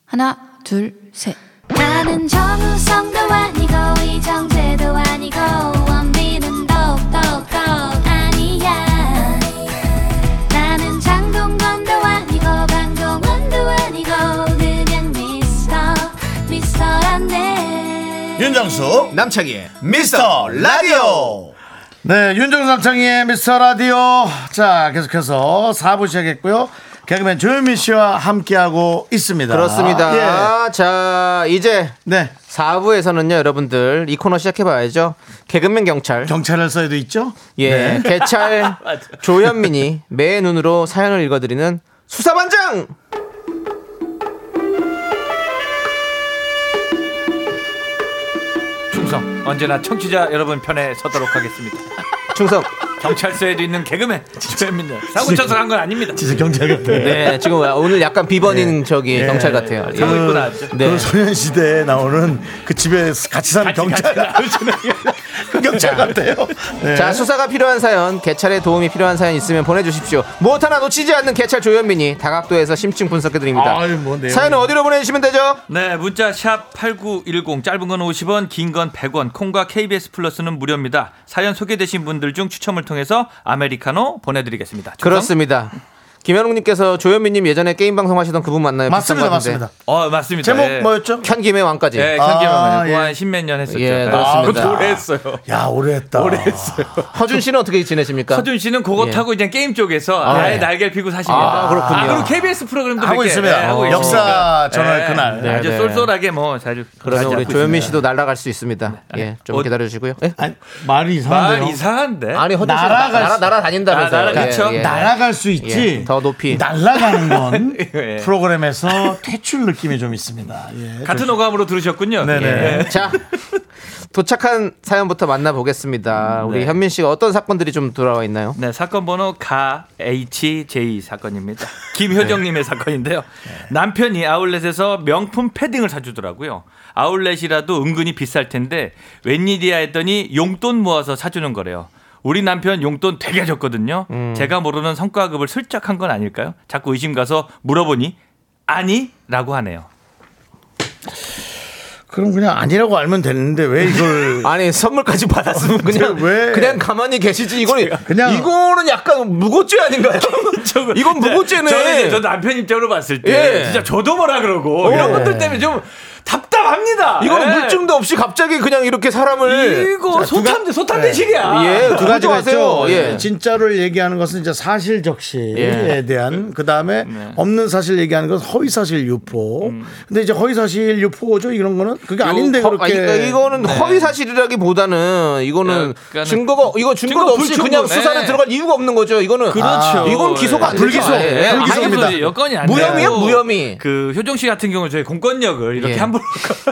하나, 둘, 셋. 나는 정우성도 아니고 이정재도 아니고 원빈은 더욱더 윤정수 남창희의 미스터 라디오 네 윤정수 남창희의 미스터 라디오 자 계속해서 4부 시작했고요 개그맨 조현민 씨와 함께하고 있습니다 그렇습니다. 자, 이제 예. 네 4부에서는요, 여러분들 이 코너 시작해봐야죠. 개그맨 경찰. 경찰을 써야 돼 있죠 예, 개찰 조현민이 매의 눈으로 사연을 읽어드리는 수사반장! 충성 언제나 청취자 여러분 편에 서도록 하겠습니다. 충성. 경찰서에도 있는 개그맨 조현민들 사고 쳐서 간 건 아닙니다. 진짜 경찰 같아 네, 지금 오늘 약간 비번인 저기 경찰 같아요. 예. 사고 입고 나왔죠. 네. 그 소년시대에 나오는 그 집에 같이 사는 경찰 그 경찰 같아요 네. 자, 수사가 필요한 사연, 개찰의 도움이 필요한 사연 있으면 보내주십시오. 무엇 하나 놓치지 않는 개찰 조현민이 다각도에서 심층 분석해드립니다. 아유, 뭐 내용이. 사연은 어디로 보내주시면 되죠? 네, 문자 샵 8910 짧은 건 50원, 긴 건 100원. 콩과 KBS 플러스는 무료입니다. 사연 소개되신 분들 중 추첨을 통해서 아메리카노 보내 드리겠습니다. 그렇습니다. 김현웅님께서 조현민님 예전에 게임 방송 하시던 그분 만나요? 맞습니다 네. 비슷한 것 같은데. 맞습니다 어, 맞습니다. 제목 예. 뭐였죠 현김의 왕까지. 예, 현기만 아, 아, 예. 한 십몇 년 했었죠. 예, 예. 네, 그렇습니다. 야 오래했다 오래했어요 허준 씨는 어떻게 지내십니까? 서준 씨는 그거 예. 타고 이제 게임 쪽에서 아, 예 네. 날개를 피고 사십니다. 아, 그렇군요. 그리고 KBS 프로그램도 하고 몇 개, 있습니다. 예, 하고 어, 있습니다. 역사 전화의 예, 그날. 네, 아주 네, 네. 쏠쏠하게 뭐 자주 그러면 자주 우리 하고 조현민 있습니다. 씨도 날아갈 수 있습니다. 예, 좀 어- 기다려 주시고요. 예? 말이 말 이상한데요 아, 이상한데. 아니 허준 씨가 날아갈 날아 예, 수- 날아 다닌다면서. 아, 날아- 그쵸. 날아갈 수 있지 예, 더 높이. 날아가는 건 예. 프로그램에서 퇴출 느낌이 좀 있습니다 예. 같은 오감으로 들으셨군요. 네네. 예. 자 도착한 사연부터 만나보겠습니다. 우리 현민 씨가 어떤 사건들이 좀 돌아와 있나요? 네, 사건 번호 가 HJ 사건입니다. 네. 김효정님의 사건인데요. 남편이 아울렛에서 명품 패딩을 사주더라고요. 아울렛이라도 은근히 비쌀 텐데 웬일이야 했더니 용돈 모아서 사주는 거래요. 우리 남편 용돈 되게 줬거든요. 음. 제가 모르는 성과급을 슬쩍 한 건 아닐까요? 자꾸 의심 가서 물어보니 아니라고 하네요. 그럼 그냥 아니라고 알면 되는데 왜 이걸 아니 선물까지 받았으면 그냥 왜- 그냥 가만히 계시지 이거는 그냥- 이거는 약간 무고죄 아닌가요? 이건 무고죄네. 저는 저 남편 입장으로 봤을 때 예. 진짜 저도 뭐라 그러고 이런 예. 것들 때문에 좀 답답합니다. 이거는 예. 물증도 없이 갑자기 그냥 이렇게 사람을 이거 소탐대 소탐대식이야. 예, 두 가지가 있죠. 하세요. 예. 진짜로 얘기하는 것은 이제 사실 적시에 예. 네. 대한 그 다음에 없는 사실 얘기하는 것은 허위 사실 유포. 근데 이제 허위 사실 유포죠 이런 거는 그게 아닌데 음. 허- 아니, 그렇게 네. 그러니까 이거는 허위 사실이라기보다는 이거는 약간은 증거가 이거 증거도 증거 없이 불충분, 그냥 수사는 예. 들어갈 이유가 없는 거죠. 이거는 그렇죠. 이건 기소가 안 되죠. 불기소. 아예. 예, 불기소입니다. 아니, 여건이 안 무혐의요? 돼요. 무혐의. 그 효정 씨 같은 경우 는 저희 공권력을 이렇게 예. 함부로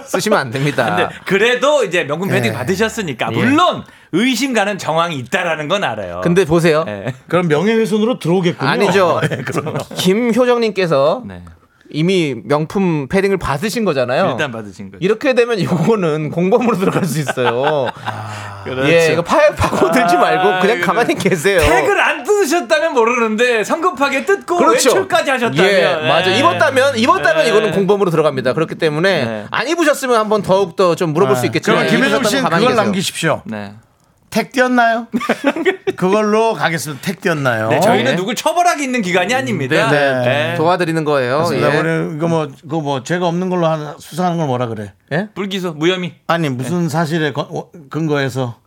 쓰시면 안 됩니다. 근데 그래도 이제 명품 패딩 받으셨으니까 물론 의심 가는 정황이 있다라는 건 알아요. 근데 보세요. 예. 그럼 명예훼손으로 들어오겠군요. 아니죠. 예, 김효정님께서 네. 이미 명품 패딩을 받으신 거잖아요. 일단 받으신 거죠. 이렇게 되면 이거는 공범으로 들어갈 수 있어요. 그렇죠. 아, 예, 이거 파, 파고 들지 말고 그냥 이거는 가만히 계세요. 택을 안 뜯으셨다면 모르는데 성급하게 뜯고 외출까지 하셨다면 그렇죠. 예, 맞아. 예. 입었다면 입었다면 예. 이거는 공범으로 들어갑니다. 그렇기 때문에 네. 안 입으셨으면 한번 더욱 더 좀 물어볼 수 있겠지만 그러면 김혜정 입으셨다면 씨는 그걸 예. 가만히 계세요. 남기십시오. 네. 택 띄었나요? 그걸로 가겠습니다. 택 띄었나요? 네, 저희는 네. 누굴 처벌하기 있는 기간이 아닙니다. 네, 예. 도와드리는 거예요. 맞습니다. 예. 우리 이거 뭐 그거 뭐 죄가 없는 걸로 하는- 수사하는 걸 뭐라 그래? 불기소 무혐의 아니 무슨 사실에 거- 어, 근거해서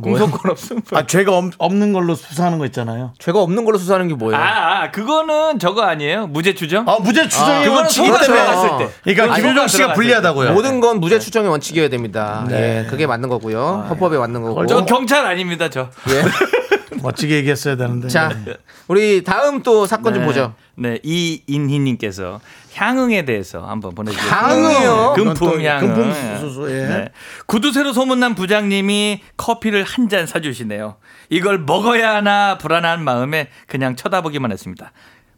공소권 없음. 아 죄가 없- 없는 걸로 수사하는 거 있잖아요. 죄가 없는 걸로 수사하는 게 뭐예요? 아, 아, 그거는 저거 아니에요? 무죄 추정? 아 무죄 추정이 그거는 소가 들어갔을 때. 네. 그러니까 아, 김효정 소가 씨가 들어갔을 불리하다고요. 모든 건 무죄 추정의 원칙이어야 됩니다. 네. 예, 그게 맞는 아, 거고요. 헌법에 맞는 거고. 저 어, 경찰 아닙니다, 저. 예. 멋지게 얘기했어야 되는데. 자, 우리 다음 또 사건 좀 보죠. 네, 이인희님께서 향응에 대해서 한번 보내주세요. 향응이요? 금품 향응. 금품 수수, 예. 구두 새로 소문난 부장님이 커피를 한 잔 사주시네요. 이걸 먹어야 하나 불안한 마음에 그냥 쳐다보기만 했습니다.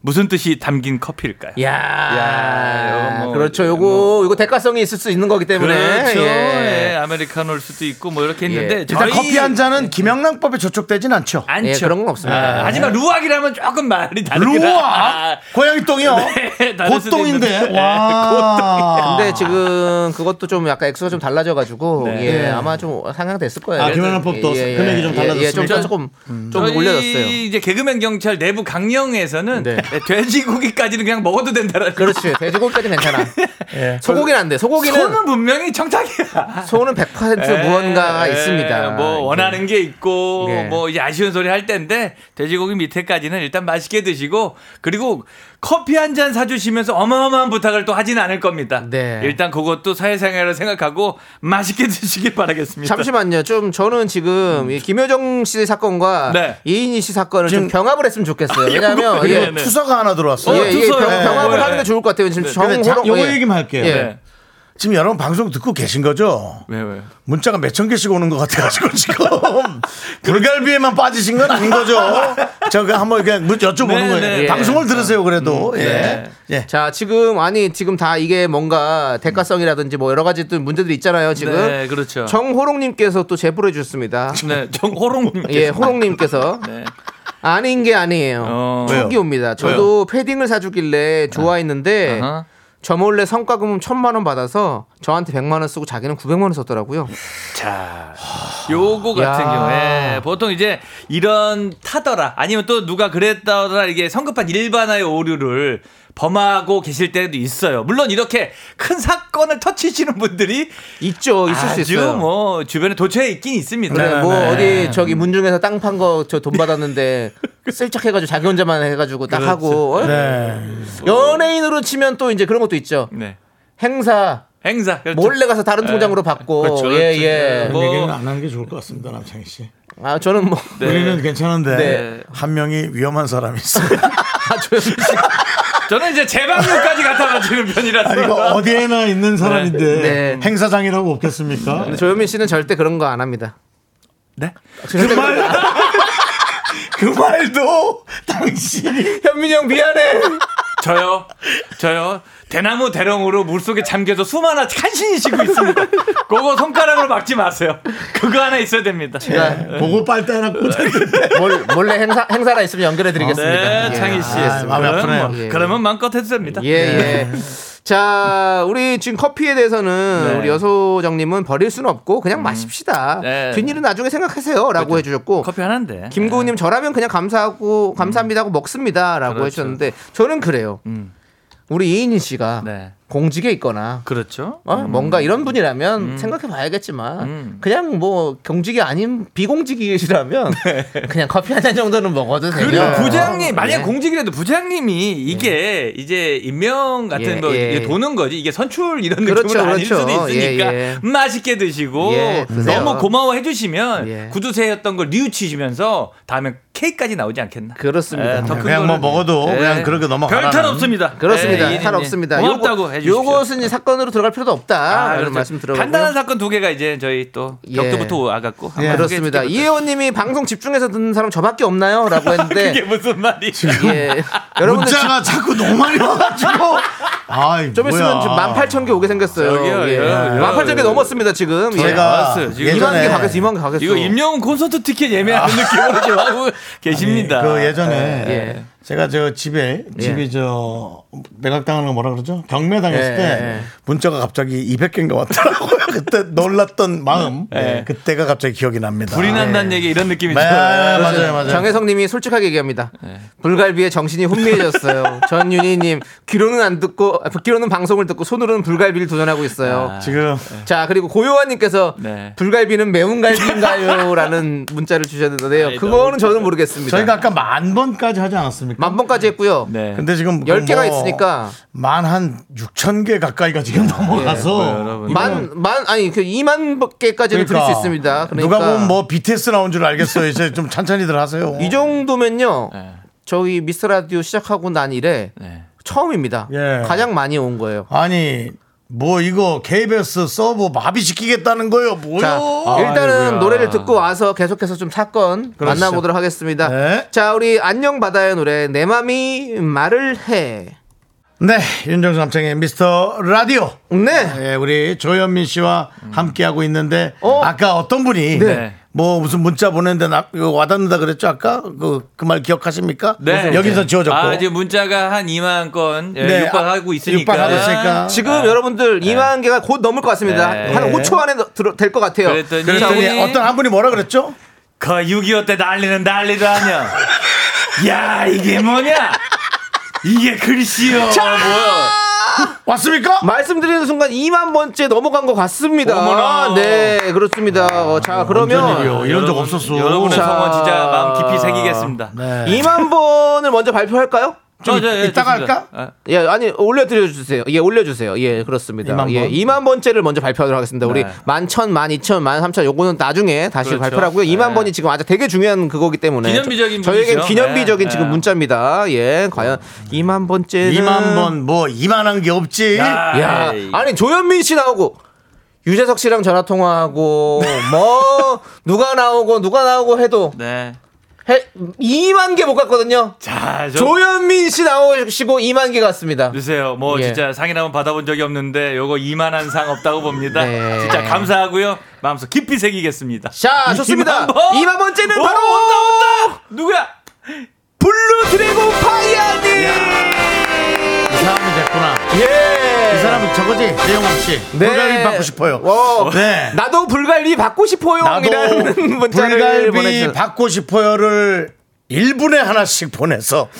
무슨 뜻이 담긴 커피일까요? 예. 야, 야, 이거 뭐, 그렇죠. 요거 이거 대가성이 있을 수 있는 거기 때문에. 네, 그렇죠. 예, 예. 아메리카노일 수도 있고 뭐 이렇게 했는데 예. 일단 저희- 커피 한 잔은 김영란법에 저촉되진 않죠. 안죠. 예, 그런 건 없습니다. 아, 하지만 루악이라면 조금 말이 네. 다르긴 루아 고양이 똥이요. 네, 다를 수도 고똥인데. 있는데. 와. 근데 지금 그것도 좀 약간 액수가 좀 달라져가지고 예, 아마 좀 상향됐을 거예요. 네. 아, 김연아법도 금액이 좀 예, 예, 좀 달라졌습니까? 조금 좀 저희 올려졌어요. 이제 개그맨 경찰 내부 강령에서는 네. 돼지고기까지는 그냥 먹어도 된다라는. 그렇지. 돼지고기까지는 괜찮아. 예. 소고기는 안 돼. 소고기는 소는 분명히 청탁이야. 소는 100% 예, 그 무언가가 예, 있습니다. 네. 뭐 원하는 게 있고 예. 뭐 이제 아쉬운 소리 할 때인데 돼지고기 밑에까지는 일단 맛있게 드시고 그리고 커피 한 잔 사주시면서 어마어마한 부탁을 또 하진 않을 겁니다. 네. 일단 그것도 사회생활을 생각하고 맛있게 드시길 바라겠습니다. 잠시만요. 좀 저는 지금 이 김효정 씨 사건과 네. 이인희 씨 사건을 지금- 좀 병합을 했으면 좋겠어요. 왜냐하면 그리고 예, 네. 투서가 하나 들어왔어요. 예, 이게 투서요. 병, 예. 합을 예. 하는 게 좋을 것 같아요. 지금 근데 자, 정호로 요거 예. 얘기만 할게요. 예. 네. 지금 여러분 방송 듣고 계신 거죠? 왜 왜? 문자가 몇 천 개씩 오는 것 같아가지고 지금 불갈비에만 빠지신 건 아닌 거죠? 제가 한번 그냥 묻- 여쭤보는 네, 거예요. 네. 음, 방송을 들으세요 그래도 예. 예. 자 지금 아니 지금 다 이게 뭔가 대가성이라든지 뭐 여러 가지 또 문제들이 있잖아요. 지금 네, 그렇죠. 정호롱님께서 또 제보를 해주셨습니다. 네, 정호롱님. 예, 호롱님께서 네. 아닌 게 아니에요. 어. 촉이 왜요? 옵니다. 저도 패딩을 사주길래 좋아했는데 아하. 저 몰래 성과금 천만 원 받아서 저한테 백만 원 쓰고 자기는 구백만 원 썼더라고요. 자, 요거 같은 야. 경우에 예, 보통 이제 이런 타더라 아니면 또 누가 그랬다더라 이게 성급한 일반화의 오류를 범하고 계실 때도 있어요. 물론 이렇게 큰 사건을 터치시는 분들이 있죠, 있을 수 아주 있어요. 뭐 주변에 도처에 있긴 있습니다. 그래, 뭐 네. 어디 저기 문중에서 땅 판 거 저 돈 받았는데 슬쩍 해가지고 자기 혼자만 해가지고 딱 하고 어? 네. 연예인으로 치면 또 이제 그런 것도 있죠. 네. 행사 행사 그렇죠. 몰래 가서 다른 통장으로 받고 그렇죠, 그렇죠. 예 예. 뭐- 얘기는 안 하는 게 좋을 것 같습니다 남창희 씨. 아 저는 뭐 네. 우리는 괜찮은데 네. 한 명이 위험한 사람이 있어요. 아, 저는 이제 제 방문까지 갖다 바치는 편이라서 아니, 이거 어디에나 있는 사람인데 네. 네. 행사장이라고 없겠습니까? 근데 조현민 씨는 절대 그런 거 안 합니다. 네? 그 말, 그 말도 당신이 현민이 형 미안해. 저요 저요 대나무 대롱으로 물속에 잠겨서 숨 하나 간신히 쉬고 있습니다. 그거 손가락으로 막지 마세요. 그거 하나 있어야 됩니다. 보고 빨대 네. 하나 꽂았는데 네. 몰, 몰래 행사 행사나 있으면 연결해 드리겠습니다. 네, 창희 씨. 아, 마음이 그럼 아프네요. 뭐, 예. 그러면 마음껏 해도 됩니다. 예, 예. 자, 우리 지금 커피에 대해서는 네. 음. 우리 여소정님은 버릴 수는 없고 그냥 마십시다. 네. 그렇죠. 뒷일은 나중에 생각하세요라고 해주셨고 커피 하나인데. 김구우님 저라면 그냥 감사하고 감사합니다고 먹습니다라고 그렇죠. 해주셨는데 저는 그래요. 음. 우리 이인희 씨가 네. 공직에 있거나 그렇죠. 어? 뭔가 이런 분이라면 음. 생각해봐야겠지만 그냥 뭐 경직이 아닌 비공직이시라면 그냥 커피 한 잔 정도는 먹어도 되요 네. 네. 그리고 부장님 만약 공직이라도 부장님이 이게 이제 임명 같은 예, 뭐 예. 이게 도는 거지 이게 선출 이런 그렇죠, 느낌은 아닐 그렇죠. 수도 있으니까 예, 예. 맛있게 드시고 예, 드세요. 너무 고마워해 주시면 예. 구두쇠였던 걸 뉘우치시면서 다음에 케이크까지 나오지 않겠나? 그렇습니다. 예, 더큰 그냥 뭐 거는. 먹어도 그냥 그렇게 넘어가라는. 별탈 없습니다. 그렇습니다. 예, 탈 없습니다. 고맙다고 요거- 해주시죠. 요것은 이제 사건으로 들어갈 필요도 없다. 이런 말씀 들어보고요. 간단한 사건 두 개가 이제 저희 또 예. 벽두부터 와갖고 한번 예. 두 개, 그렇습니다. 두 개부터. 이혜원님이 방송 집중해서 듣는 사람 저밖에 없나요?라고 했는데 이게 무슨 말이? 예. 여러분들 지- 문자가 자꾸 너무 많이 와가지고 아이, 좀 있으면 뭐야. 지금 18,000개 오게 생겼어요. 저기요, 예. 예, 예. 18,000개 넘었습니다 지금. 제가 알았어요. 지금 예. 2만 개 예전에 가겠어, 2만 개 가겠어. 이거 임영웅 콘서트 티켓 예매하는 느낌으로 지금 하고 계십니다. 아. 그 예전에 예. 제가 저 집에 집이 저 매각당하는 거 뭐라 그러죠? 경매 당했을 예, 때 예. 문자가 갑자기 200개인가 왔더라고요. 그때 놀랐던 마음 예, 그때가 갑자기 기억이 납니다. 예. 불이 난다는 얘기 이런 느낌이죠. 네, 맞아요, 맞아요. 정혜성님이 솔직하게 얘기합니다. 네. 불갈비에 정신이 혼미해졌어요. 전윤희님 귀로는 안 듣고 아, 귀로는 방송을 듣고 손으로는 불갈비를 도전하고 있어요. 아. 지금 자 그리고 고요한님께서 네. 불갈비는 매운 갈비인가요?라는 문자를 주셨는데요. 그거는 저는 모르겠습니다. 저희가 아까 만 번까지 하지 않았습니까? 만 번까지 했고요. 네. 근데 지금 열 개가 뭐 있으니까. 만한 6천 개 가까이가 지금 넘어가서 여러분. 만 만 아니 그 2만 개까지는 드릴 수 있습니다. 그러니까 누가 보면 뭐 BTS 나온 줄 알겠어요. 이제 좀 천천히들 하세요. 이 정도면요. 네. 저희 미스 라디오 시작하고 난 이래 네. 처음입니다. 예. 가장 많이 온 거예요. 아니 뭐 이거 KBS 서버 마비시키겠다는 거예요. 뭐요? 자, 일단은 노래를 듣고 와서 계속해서 좀 사건 그러시죠. 만나보도록 하겠습니다. 네. 자, 우리 안녕 바다의 노래 내 맘이 말을 해. 네, 윤정수 남창의 미스터 라디오. 네. 예, 우리 조현민 씨와 함께하고 있는데 어? 아까 어떤 분이 네. 뭐 무슨 문자 보냈는데 나, 이거 와닿는다 그랬죠 아까 그 그 말 기억하십니까? 여기서 지워졌고. 네. 아, 지금 문자가 한 2만 건 예, 네, 육박하고 아, 있으니까. 육박하고 있으니까. 아, 지금 여러분들 2만 개가 곧 넘을 것 같습니다. 아. 네. 한 5초 안에 될 것 같아요. 자, 그랬더니- 그랬더니 우리- 어떤 한 분이 뭐라 그랬죠? 그6.25 때 난리는 난리도 아니야. 야, 이게 뭐냐? 이게 글씨요. 뭐야? 왔습니까? 말씀드리는 순간 2만 번째 넘어간 것 같습니다. 어머나. 아, 뭐 네, 그렇습니다. 어, 자, 완전 일이요. 그러면 이런 적 없었어. 여러분의 자. 성원 진짜 마음 깊이 새기겠습니다. 네. 2만 번을 먼저 발표할까요? 좀 저, 저, 예, 이따가 좋습니다. 할까? 아, 예, 아니 올려드려 주세요. 예, 올려주세요. 예, 그렇습니다. 2만 예, 번? 2만 번째를 먼저 발표하도록 하겠습니다. 우리 네. 만 천, 만 이천, 만 삼천 요거는 나중에 다시 그렇죠. 발표하고요. 2만 네. 번이 지금 아주 되게 중요한 그거기 때문에 기념비적인 저에겐 분이죠. 기념비적인 네, 지금 네. 문자입니다. 예, 과연 2만 번째 2만 번 뭐 이만한 게 없지. 야, 에이. 아니 조현민 씨 나오고 유재석 씨랑 전화 통화하고 뭐 누가 나오고 누가 나오고 해도 네. 해, 2만 개 못 갔거든요. 자, 저 조현민 씨 나오시고 2만 개 갔습니다. 주세요. 뭐 예. 진짜 상이라면 받아본 적이 없는데 요거 이만한 상 없다고 봅니다. 네. 진짜 감사하고요. 마음속 깊이 새기겠습니다. 자, 좋습니다. 2만 번? 2만 번째는 오, 바로 온다 온다. 누구야? 블루 드래곤 파이어님. 이 사람이 됐구나. 예. 이 사람이 저거지. 내용없 씨. 네. 불갈비 받고 싶어요. 어, 네. 나도 불갈비 받고 싶어요. 나도 이라는 문자를 불갈비 보내주- 받고 싶어요를 1분에 하나씩 보내서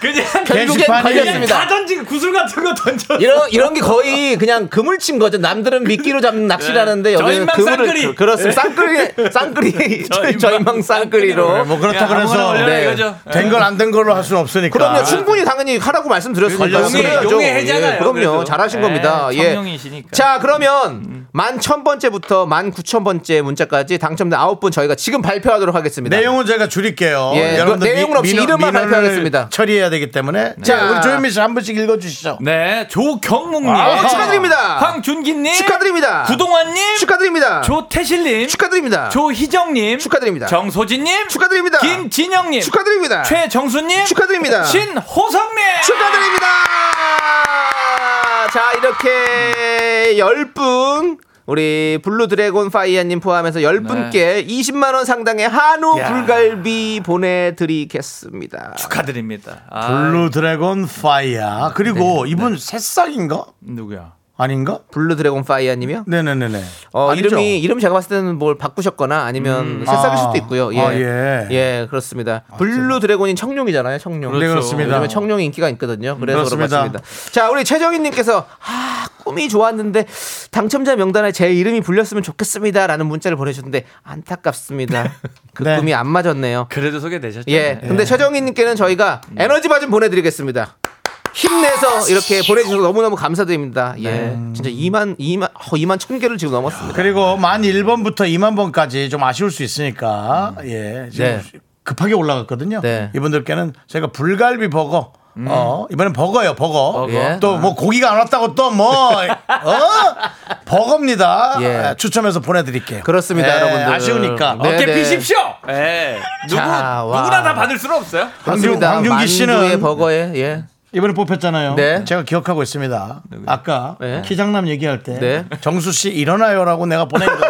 그냥 결국엔 게시판이- 걸렸습니다. 예, 다 던진 구슬 같은 거 던져. 이런 이런 게 거의 그냥 그물친 거죠. 남들은 미끼로 잡는 낚시라는데 예. 저 여기는 인망 그물을 쌍끌이. 예. 그- 그렇습니다. 쌍끌이 쌍끌이 저 인망 저희망 쌍끌이로. 뭐 그렇다 야, 아무거나 그래서 올려라 네. 이거죠. 된 걸 안 된 걸로 할 수는 없으니까. 그럼요. 충분히 당연히 하라고 말씀드렸습니다. 용의- 그래야죠. 그러니까 용의 해잖아요, 예, 그럼요. 그래도. 잘하신 예, 겁니다. 예. 청룡이시니까. 음. 자 그러면 만 천 번째부터 만 구천 번째 문자까지 당첨된 아홉 분 저희가 지금 발표하도록 하겠습니다. 내용은 제가 줄일게요. 예, 여러분들 내용은 미- 없이 민원- 이름만 민원을 발표하겠습니다. 네. 처리해야 되기 때문에 자. 자 우리 조현민 씨 한 분씩 읽어주시죠. 네, 조경묵님. 어, 아, 축하드립니다. 황준기님. 축하드립니다. 구동환님. 축하드립니다. 조태실님. 축하드립니다. 조희정님. 축하드립니다. 정소진님. 축하드립니다. 김진영님. 축하드립니다. 최정수님. 축하드립니다. 신호성님. 축하드립니다. 자, 이렇게 10분 우리 블루 드래곤 파이어님 포함해서 네. 10분께 20만 원 상당의 한우 야. 불갈비 보내 드리겠습니다. 축하드립니다. 아, 블루 드래곤 파이어 그리고 네. 이분 새싹인가 누구야? 아닌가? 블루 드래곤 파이어님이요? 네네네네. 어, 아니죠? 이름이 이름 제가 봤을 때는 뭘 바꾸셨거나 아니면 새싹일 아. 수도 있고요. 예. 아, 예. 아, 예, 그렇습니다. 블루 드래곤이 청룡이잖아요, 청룡. 네 그렇습니다. 요즘에 청룡이 인기가 있거든요. 그래서 그런 것 그렇습니다. 같습니다. 자, 우리 최정희님께서 아 꿈이 좋았는데 당첨자 명단에 제 이름이 불렸으면 좋겠습니다라는 문자를 보내주셨는데 안타깝습니다. 그 네. 꿈이 안 맞았네요. 그래도 소개되셨죠? 예, 근데 최정희님께는 저희가 에너지 바 좀 보내드리겠습니다. 힘내서 이렇게 보내주셔서 너무너무 감사드립니다. 예, 진짜 2만 2만 어, 2만 천 개를 지금 넘었습니다. 그리고 만 1번부터 2만 번까지 좀 아쉬울 수 있으니까 예 지금 네. 급하게 올라갔거든요. 네. 음. 이분들께는 저희가 불갈비 버거 어 이번엔 버거예요 버거, 예. 또 뭐 고기가 안 왔다고 또 뭐 어? 버거입니다 예. 예, 추첨해서 보내드릴게요 아, 그렇습니다, 예, 여러분들. 아쉬우니까 네, 어깨 네. 피십시오. 예. 누구 자, 와. 누구나 다 받을 수는 없어요. 황준, 그렇습니다. 황준기 만두에 씨는 버거에 예. 이번에 뽑혔잖아요 네. 제가 기억하고 있습니다 아까 네. 키장남 얘기할 때 네. 정수 씨 일어나요라고 내가 보낸 거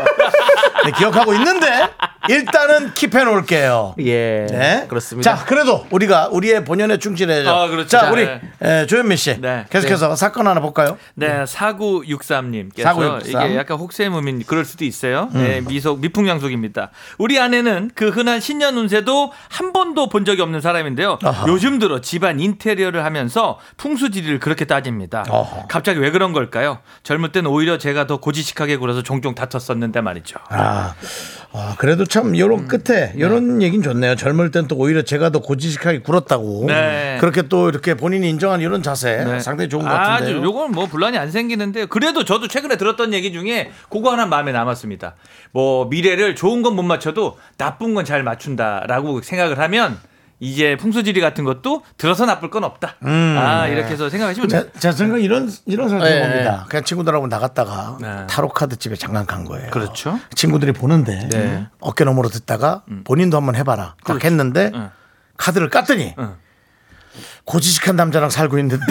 네, 기억하고 있는데 일단은 킵해 놓을게요 예. 네. 그렇습니다. 자, 그래도 우리가 우리의 본연에 충실해야죠. 아, 그렇죠. 자, 우리 네. 에, 조현민 씨. 네. 계속해서 사건 하나 볼까요? 네, 4963님께서 4963. 이게 약간 혹세무민 그럴 수도 있어요. 음. 네, 미속 미풍양속입니다. 우리 아내는 그 흔한 신년 운세도 한 번도 본 적이 없는 사람인데요. 아하. 요즘 들어 집안 인테리어를 하면서 풍수지리를 그렇게 따집니다. 어허. 갑자기 왜 그런 걸까요? 젊을 땐 오히려 제가 더 고지식하게 굴어서 종종 다퉜었는데 말이죠. 아, 아, 그래도 참 요런 음, 끝에 네. 요런 얘긴 좋네요. 젊을 땐 또 오히려 제가 더 고지식하게 굴었다고. 네. 그렇게 또 이렇게 본인이 인정한 이런 자세 네. 상당히 좋은 것 아주 같은데요. 요건 뭐 분란이 안 생기는데 그래도 저도 최근에 들었던 얘기 중에 그거 하나 마음에 남았습니다. 뭐 미래를 좋은 건 못 맞춰도 나쁜 건 잘 맞춘다라고 생각을 하면 이제 풍수지리 같은 것도 들어서 나쁠 건 없다. 음, 아 네. 이렇게 해서 생각하시면 돼요. 제, 제 생각 이런 이런 네, 생각입니다. 그냥 친구들하고 나갔다가 네. 타로 카드 집에 장난 간 거예요. 그렇죠. 친구들이 보는데 네. 음. 그렇죠. 어깨 너머로 듣다가 본인도 한번 해봐라. 딱 했는데 응. 카드를 깠더니 응. 고지식한 남자랑 살고 있는데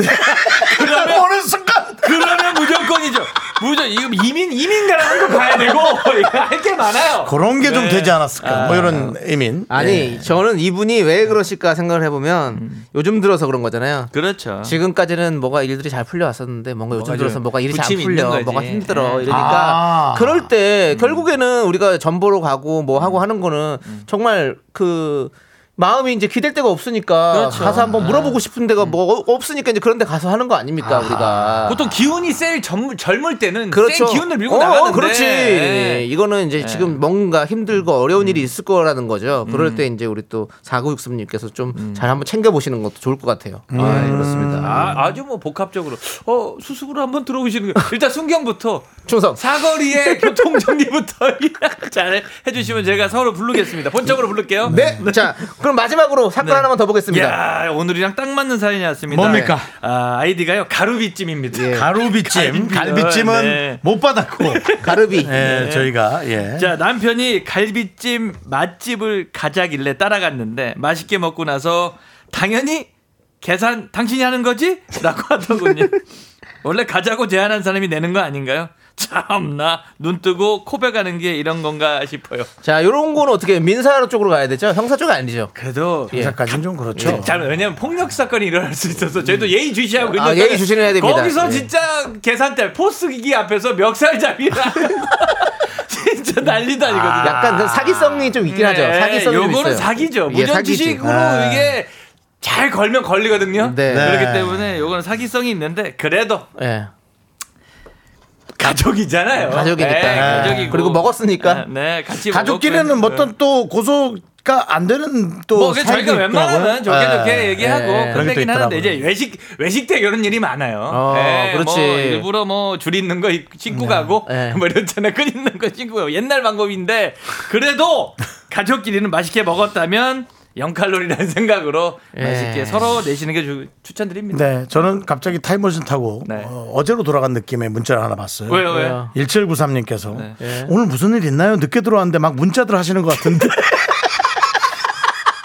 그냥 보는 순간 그러면 무조건이죠. 무조건 이거 이민 이민 가라는 거 봐야 되고 할 게 많아요. 그런 게 좀 네. 되지 않았을까? 뭐 이런 의민. 아니 저는 이분이 왜 그러실까 생각을 해보면 요즘 들어서 그런 거잖아요. 네. 음. 그렇죠. 지금까지는 뭐가 일들이 잘 풀려왔었는데 뭔가 요즘 좀 들어서 뭐가 일이 잘 안 부침이 풀려 있는 거지. 음. 뭐가 힘들어 예. 이러니까 아. 그럴 음. 때 결국에는 우리가 전보러 가고 뭐 하고 하는 거는 정말 그 마음이 이제 기댈 데가 없으니까 그렇죠. 음. 가서 한번 물어보고 싶은 데가 뭐 어- 없으니까 이제 그런 데 가서 하는 거 아닙니까 우리가 보통 기운이 셀 젊, 젊을 때는 그렇죠. 센 기운을 밀고 어, 나가는데 그렇지. 예. 이거는 이제 지금 뭔가 힘들고 어려운 일이 있을 거라는 거죠. 그럴 때 이제 우리 또 4963님께서 좀 잘 한번 챙겨보시는 것도 좋을 것 같아요. 음. 아, 그렇습니다. 아, 아주 뭐 복합적으로 어 수습으로 한번 들어오시는 거 일단 순경부터 충성. 사거리의 교통 정리부터 잘 해주시면 제가 서로 부르겠습니다 본적으로 부를게요 네. 자, 그럼 마지막으로 사건 하나만 더 보겠습니다. 야 네, 오늘이랑 딱 맞는 사연이 왔습니다 뭡니까? 아, 아이디가요 가루비찜입니다 가루비찜. 갈비찜. 갈비찜은 네. 못 받았고. 가르비. 예, 저희가 예. 자 남편이 갈비찜 맛집을 가자길래 따라갔는데 맛있게 먹고 나서 당연히 계산 당신이 하는 거지라고 하더군요. 원래 가자고 제안한 사람이 내는 거 아닌가요? 참나 눈 뜨고 코베가는 게 이런 건가 싶어요. 자, 요런 거는 어떻게 민사 쪽으로 가야 되죠? 형사 쪽 아니죠? 그래도 예. 까지는 좀 그렇죠. 잘 왜냐면 폭력 사건이 일어날 수 있어서 저희도 예의 주시하고 아, 있는데 예의 주시는 해야 됩니다. 거기서 예. 진짜 계산대 포스기기 앞에서 멱살잡이라 진짜 난리도 아니거든요. 약간 그 사기성이 좀 있긴 하죠. 네, 음. 사기성이 좀 요거는 있어요. 사기죠. 예, 사기지. 무전지식으로 아. 이게 잘 걸면 걸리거든요. 네. 네. 그렇기 때문에 요거는 사기성이 있는데 그래도 예. 가족이잖아요. 가족이니까. 아. 네, 가족이고. 그리고 먹었으니까. 네, 네, 같이 가족끼리는 먹었고요. 뭐 어떤 또 고소가 안 되는 또 뭐 그게 저희가 사이도 웬만하면 있더라고요. 좋게 예. 좋게 얘기하고 예, 그런 게 끝내긴 또 하는데 있더라고요. 이제 외식 외식 때 이런 일이 많아요. 어, 예, 그렇지. 뭐 일부러 뭐 줄 있는 거 입- 신고 가고 예. 뭐 이렇잖아요. 끈 있는 거 신고 가고 옛날 방법인데 그래도 가족끼리는 맛있게 먹었다면 0칼로리라는 생각으로 예. 맛있게 서로 내시는 게 주- 추천드립니다. 네, 저는 갑자기 타임머신 타고 네. 어, 제로 돌아간 느낌의 문자를 하나 봤어요. 왜요 네. 왜요? 1793님께서 오늘 무슨 일 있나요? 늦게 들어왔는데 막 문자들 하시는 것 같은데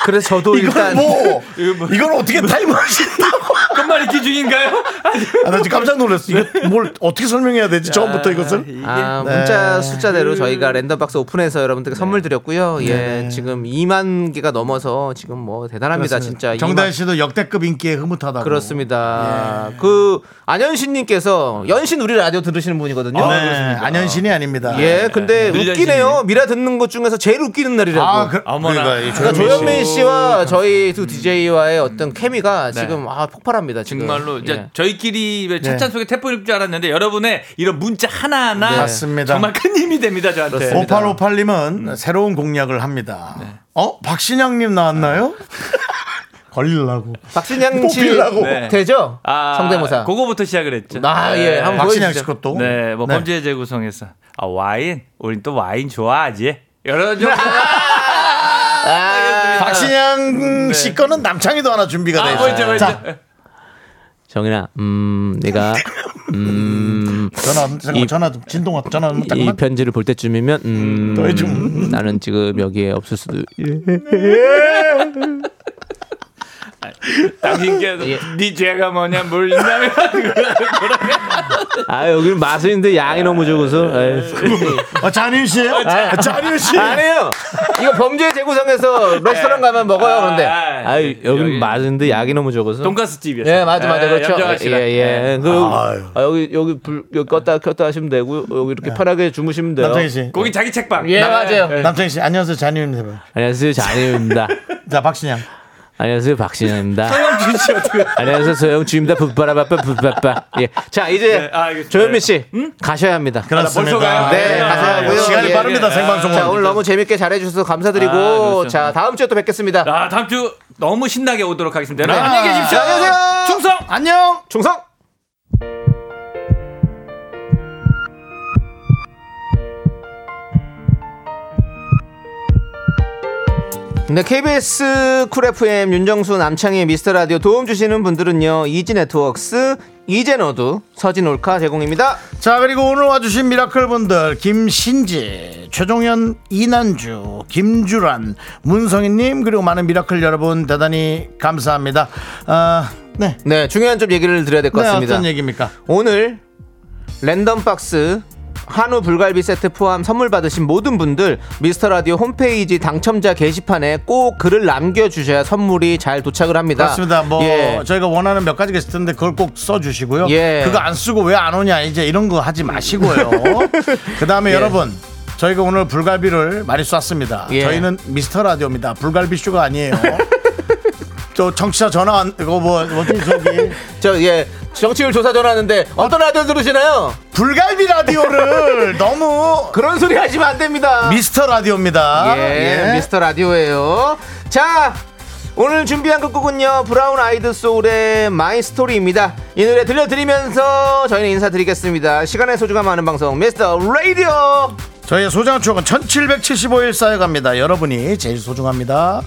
그래서 저도 이걸 어, 일단 뭐 이거 뭐- 이걸 어떻게 타임머신 타고 끝말이 기준인가요? 아니, 아, 나 지금 깜짝 놀랐어. 이거 뭘 어떻게 설명해야 되지? 처음부터 이것을 아, 네. 문자 숫자대로 음. 저희가 랜덤 박스 오픈해서 여러분들께 선물 드렸고요. 예, 네. 지금 2만 개가 넘어서 지금 뭐 대단합니다, 진짜. 정다현 2만 씨도 네. 역대급 인기에 흐뭇하다고. 그렇습니다. 그 안현신님께서 연신 우리 라디오 들으시는 분이거든요. 네, 안현신이 아닙니다. 예, 근데 네. 웃기네요. 미라 듣는 것 중에서 제일 웃기는 날이라고. 아, 그, 어머나. 그러니까 이 그러니까 음, 조현민 씨. 그렇죠. 씨와 저희 두 DJ와의 어떤 케미가 지금 아 폭발합니다. 그, 지금. 네. 정말로 이제 예. 저희끼리 왜 찻잔 속에 태풍일 줄 알았는데 여러분의 이런 문자 하나하나 네. 맞습니다. 정말 큰 힘이 됩니다 네. 저한테. 그렇습니다. 5858님은 새로운 공약을 합니다. 어? 박신양님 나왔나요? 네. 걸리려고. 박신양 씨 뽑히려고. 네. 되죠? 아, 네. 성대모사. 그거부터 시작을 했죠. 아, 예. 한번 박신양 보여주세요. 씨 것도. 네, 뭐 범죄 재구성에서 아 와인, 우린 또 와인 좋아하지. 여러 종 아, 박신양 씨 거는 남창희도 하나 준비가 돼 네. 아, 있어요. 뭐였죠, 뭐였죠? 자, 정인아, 음, 내가 음, 전화 잠깐만, 전화 좀 진동아 전화 좀 이 잠깐만. 편지를 볼 때쯤이면 음, 또 해줘. 음, 나는 지금 여기에 없을 수도. 당신께서 예. 네 죄가 뭐냐 물린다면 아 여기는 마술인데 양이 너무 적어서. 어, 잔윤 씨. 아, 잔윤 씨. 네. 아니에요. 이거 범죄 재구성에서 레스토랑 가면 먹어요. 그런데 아, 아 여기. 여기는 마술인데 양이 너무 적어서. 돈가스 집에서. 예, 맞아, 맞아, 그렇죠. 예, 네, 염정하시라. 예. 그 아유. 아, 여기 여기 불 여기 껐다 켰다 하시면 되고 여기 이렇게 편하게 주무시면 돼요. 남창희 씨. 네. 거기 자기 책방. 예, 맞아요. 남창희 씨 안녕하세요. 잔윤입니다. 안녕하세요, 잔이입니다. 자, 박신양. 아, 안녕하세요, 박신현입니다. 성형준 씨 어떻게? 안녕하세요, 소영주입니다. 붓바라바빠 붓바빠. 예, 자 이제 네, 알겠습니다. 음? 조현민 씨 가셔야 합니다. 벌써 그렇습니다. 가요? 네, 가셔야 하고요. 시간이 예, 빠릅니다. 예. 생방송. 자 오늘 너무 재밌게 잘해주셔서 감사드리고 아, 그렇죠. 자 다음 주에 또 뵙겠습니다. 아 다음 주 너무 신나게 오도록 하겠습니다. 여러분, 네. 안녕히 계십시오. 자, 아, 안녕하세요. 충성. 안녕. 충성. 네, KBS 쿨 FM 윤정수 남창희의 미스터 라디오 도움 주시는 분들은요. 이지 네트워크스, 이젠어두, 서진 올카 제공입니다. 자 그리고 오늘 와주신 미라클 분들 김신지, 최종현, 이난주, 김주란, 문성희님 그리고 많은 미라클 여러분 대단히 감사합니다. 아, 네, 네, 중요한 좀 얘기를 드려야 될 것 네 같습니다. 어떤 얘기입니까? 오늘 랜덤 박스 한우 불갈비 세트 포함 선물 받으신 모든 분들 미스터 라디오 홈페이지 당첨자 게시판에 꼭 글을 남겨 주셔야 선물이 잘 도착을 합니다. 그렇습니다. 뭐 예. 저희가 원하는 몇 가지가 있을 텐데 그걸 꼭 써주시고요. 예. 예. 그거 안 쓰고 왜 안 오냐 이제 이런 거 하지 마시고요. 그 다음에 여러분 저희가 오늘 불갈비를 많이 쐈습니다. 예. 저희는 미스터 라디오입니다. 불갈비 쇼가 아니에요. 저 정치자 전화 안, 이거 뭐 어디 저기 저, 예. 정치율 조사 전화하는데 어떤 라디오 들으시나요? 불갈비 라디오를 너무 그런 소리 하시면 안 됩니다. 미스터 라디오입니다. 예, 미스터 라디오예요. 자, 오늘 준비한 끝곡은요. 브라운 아이드 소울의 마이 스토리입니다. 이 노래 들려드리면서 저희는 인사드리겠습니다. 시간의 소중함 아는 방송 미스터 라디오. 저희의 소중한 추억은 1775일 쌓여갑니다. 여러분이 제일 소중합니다.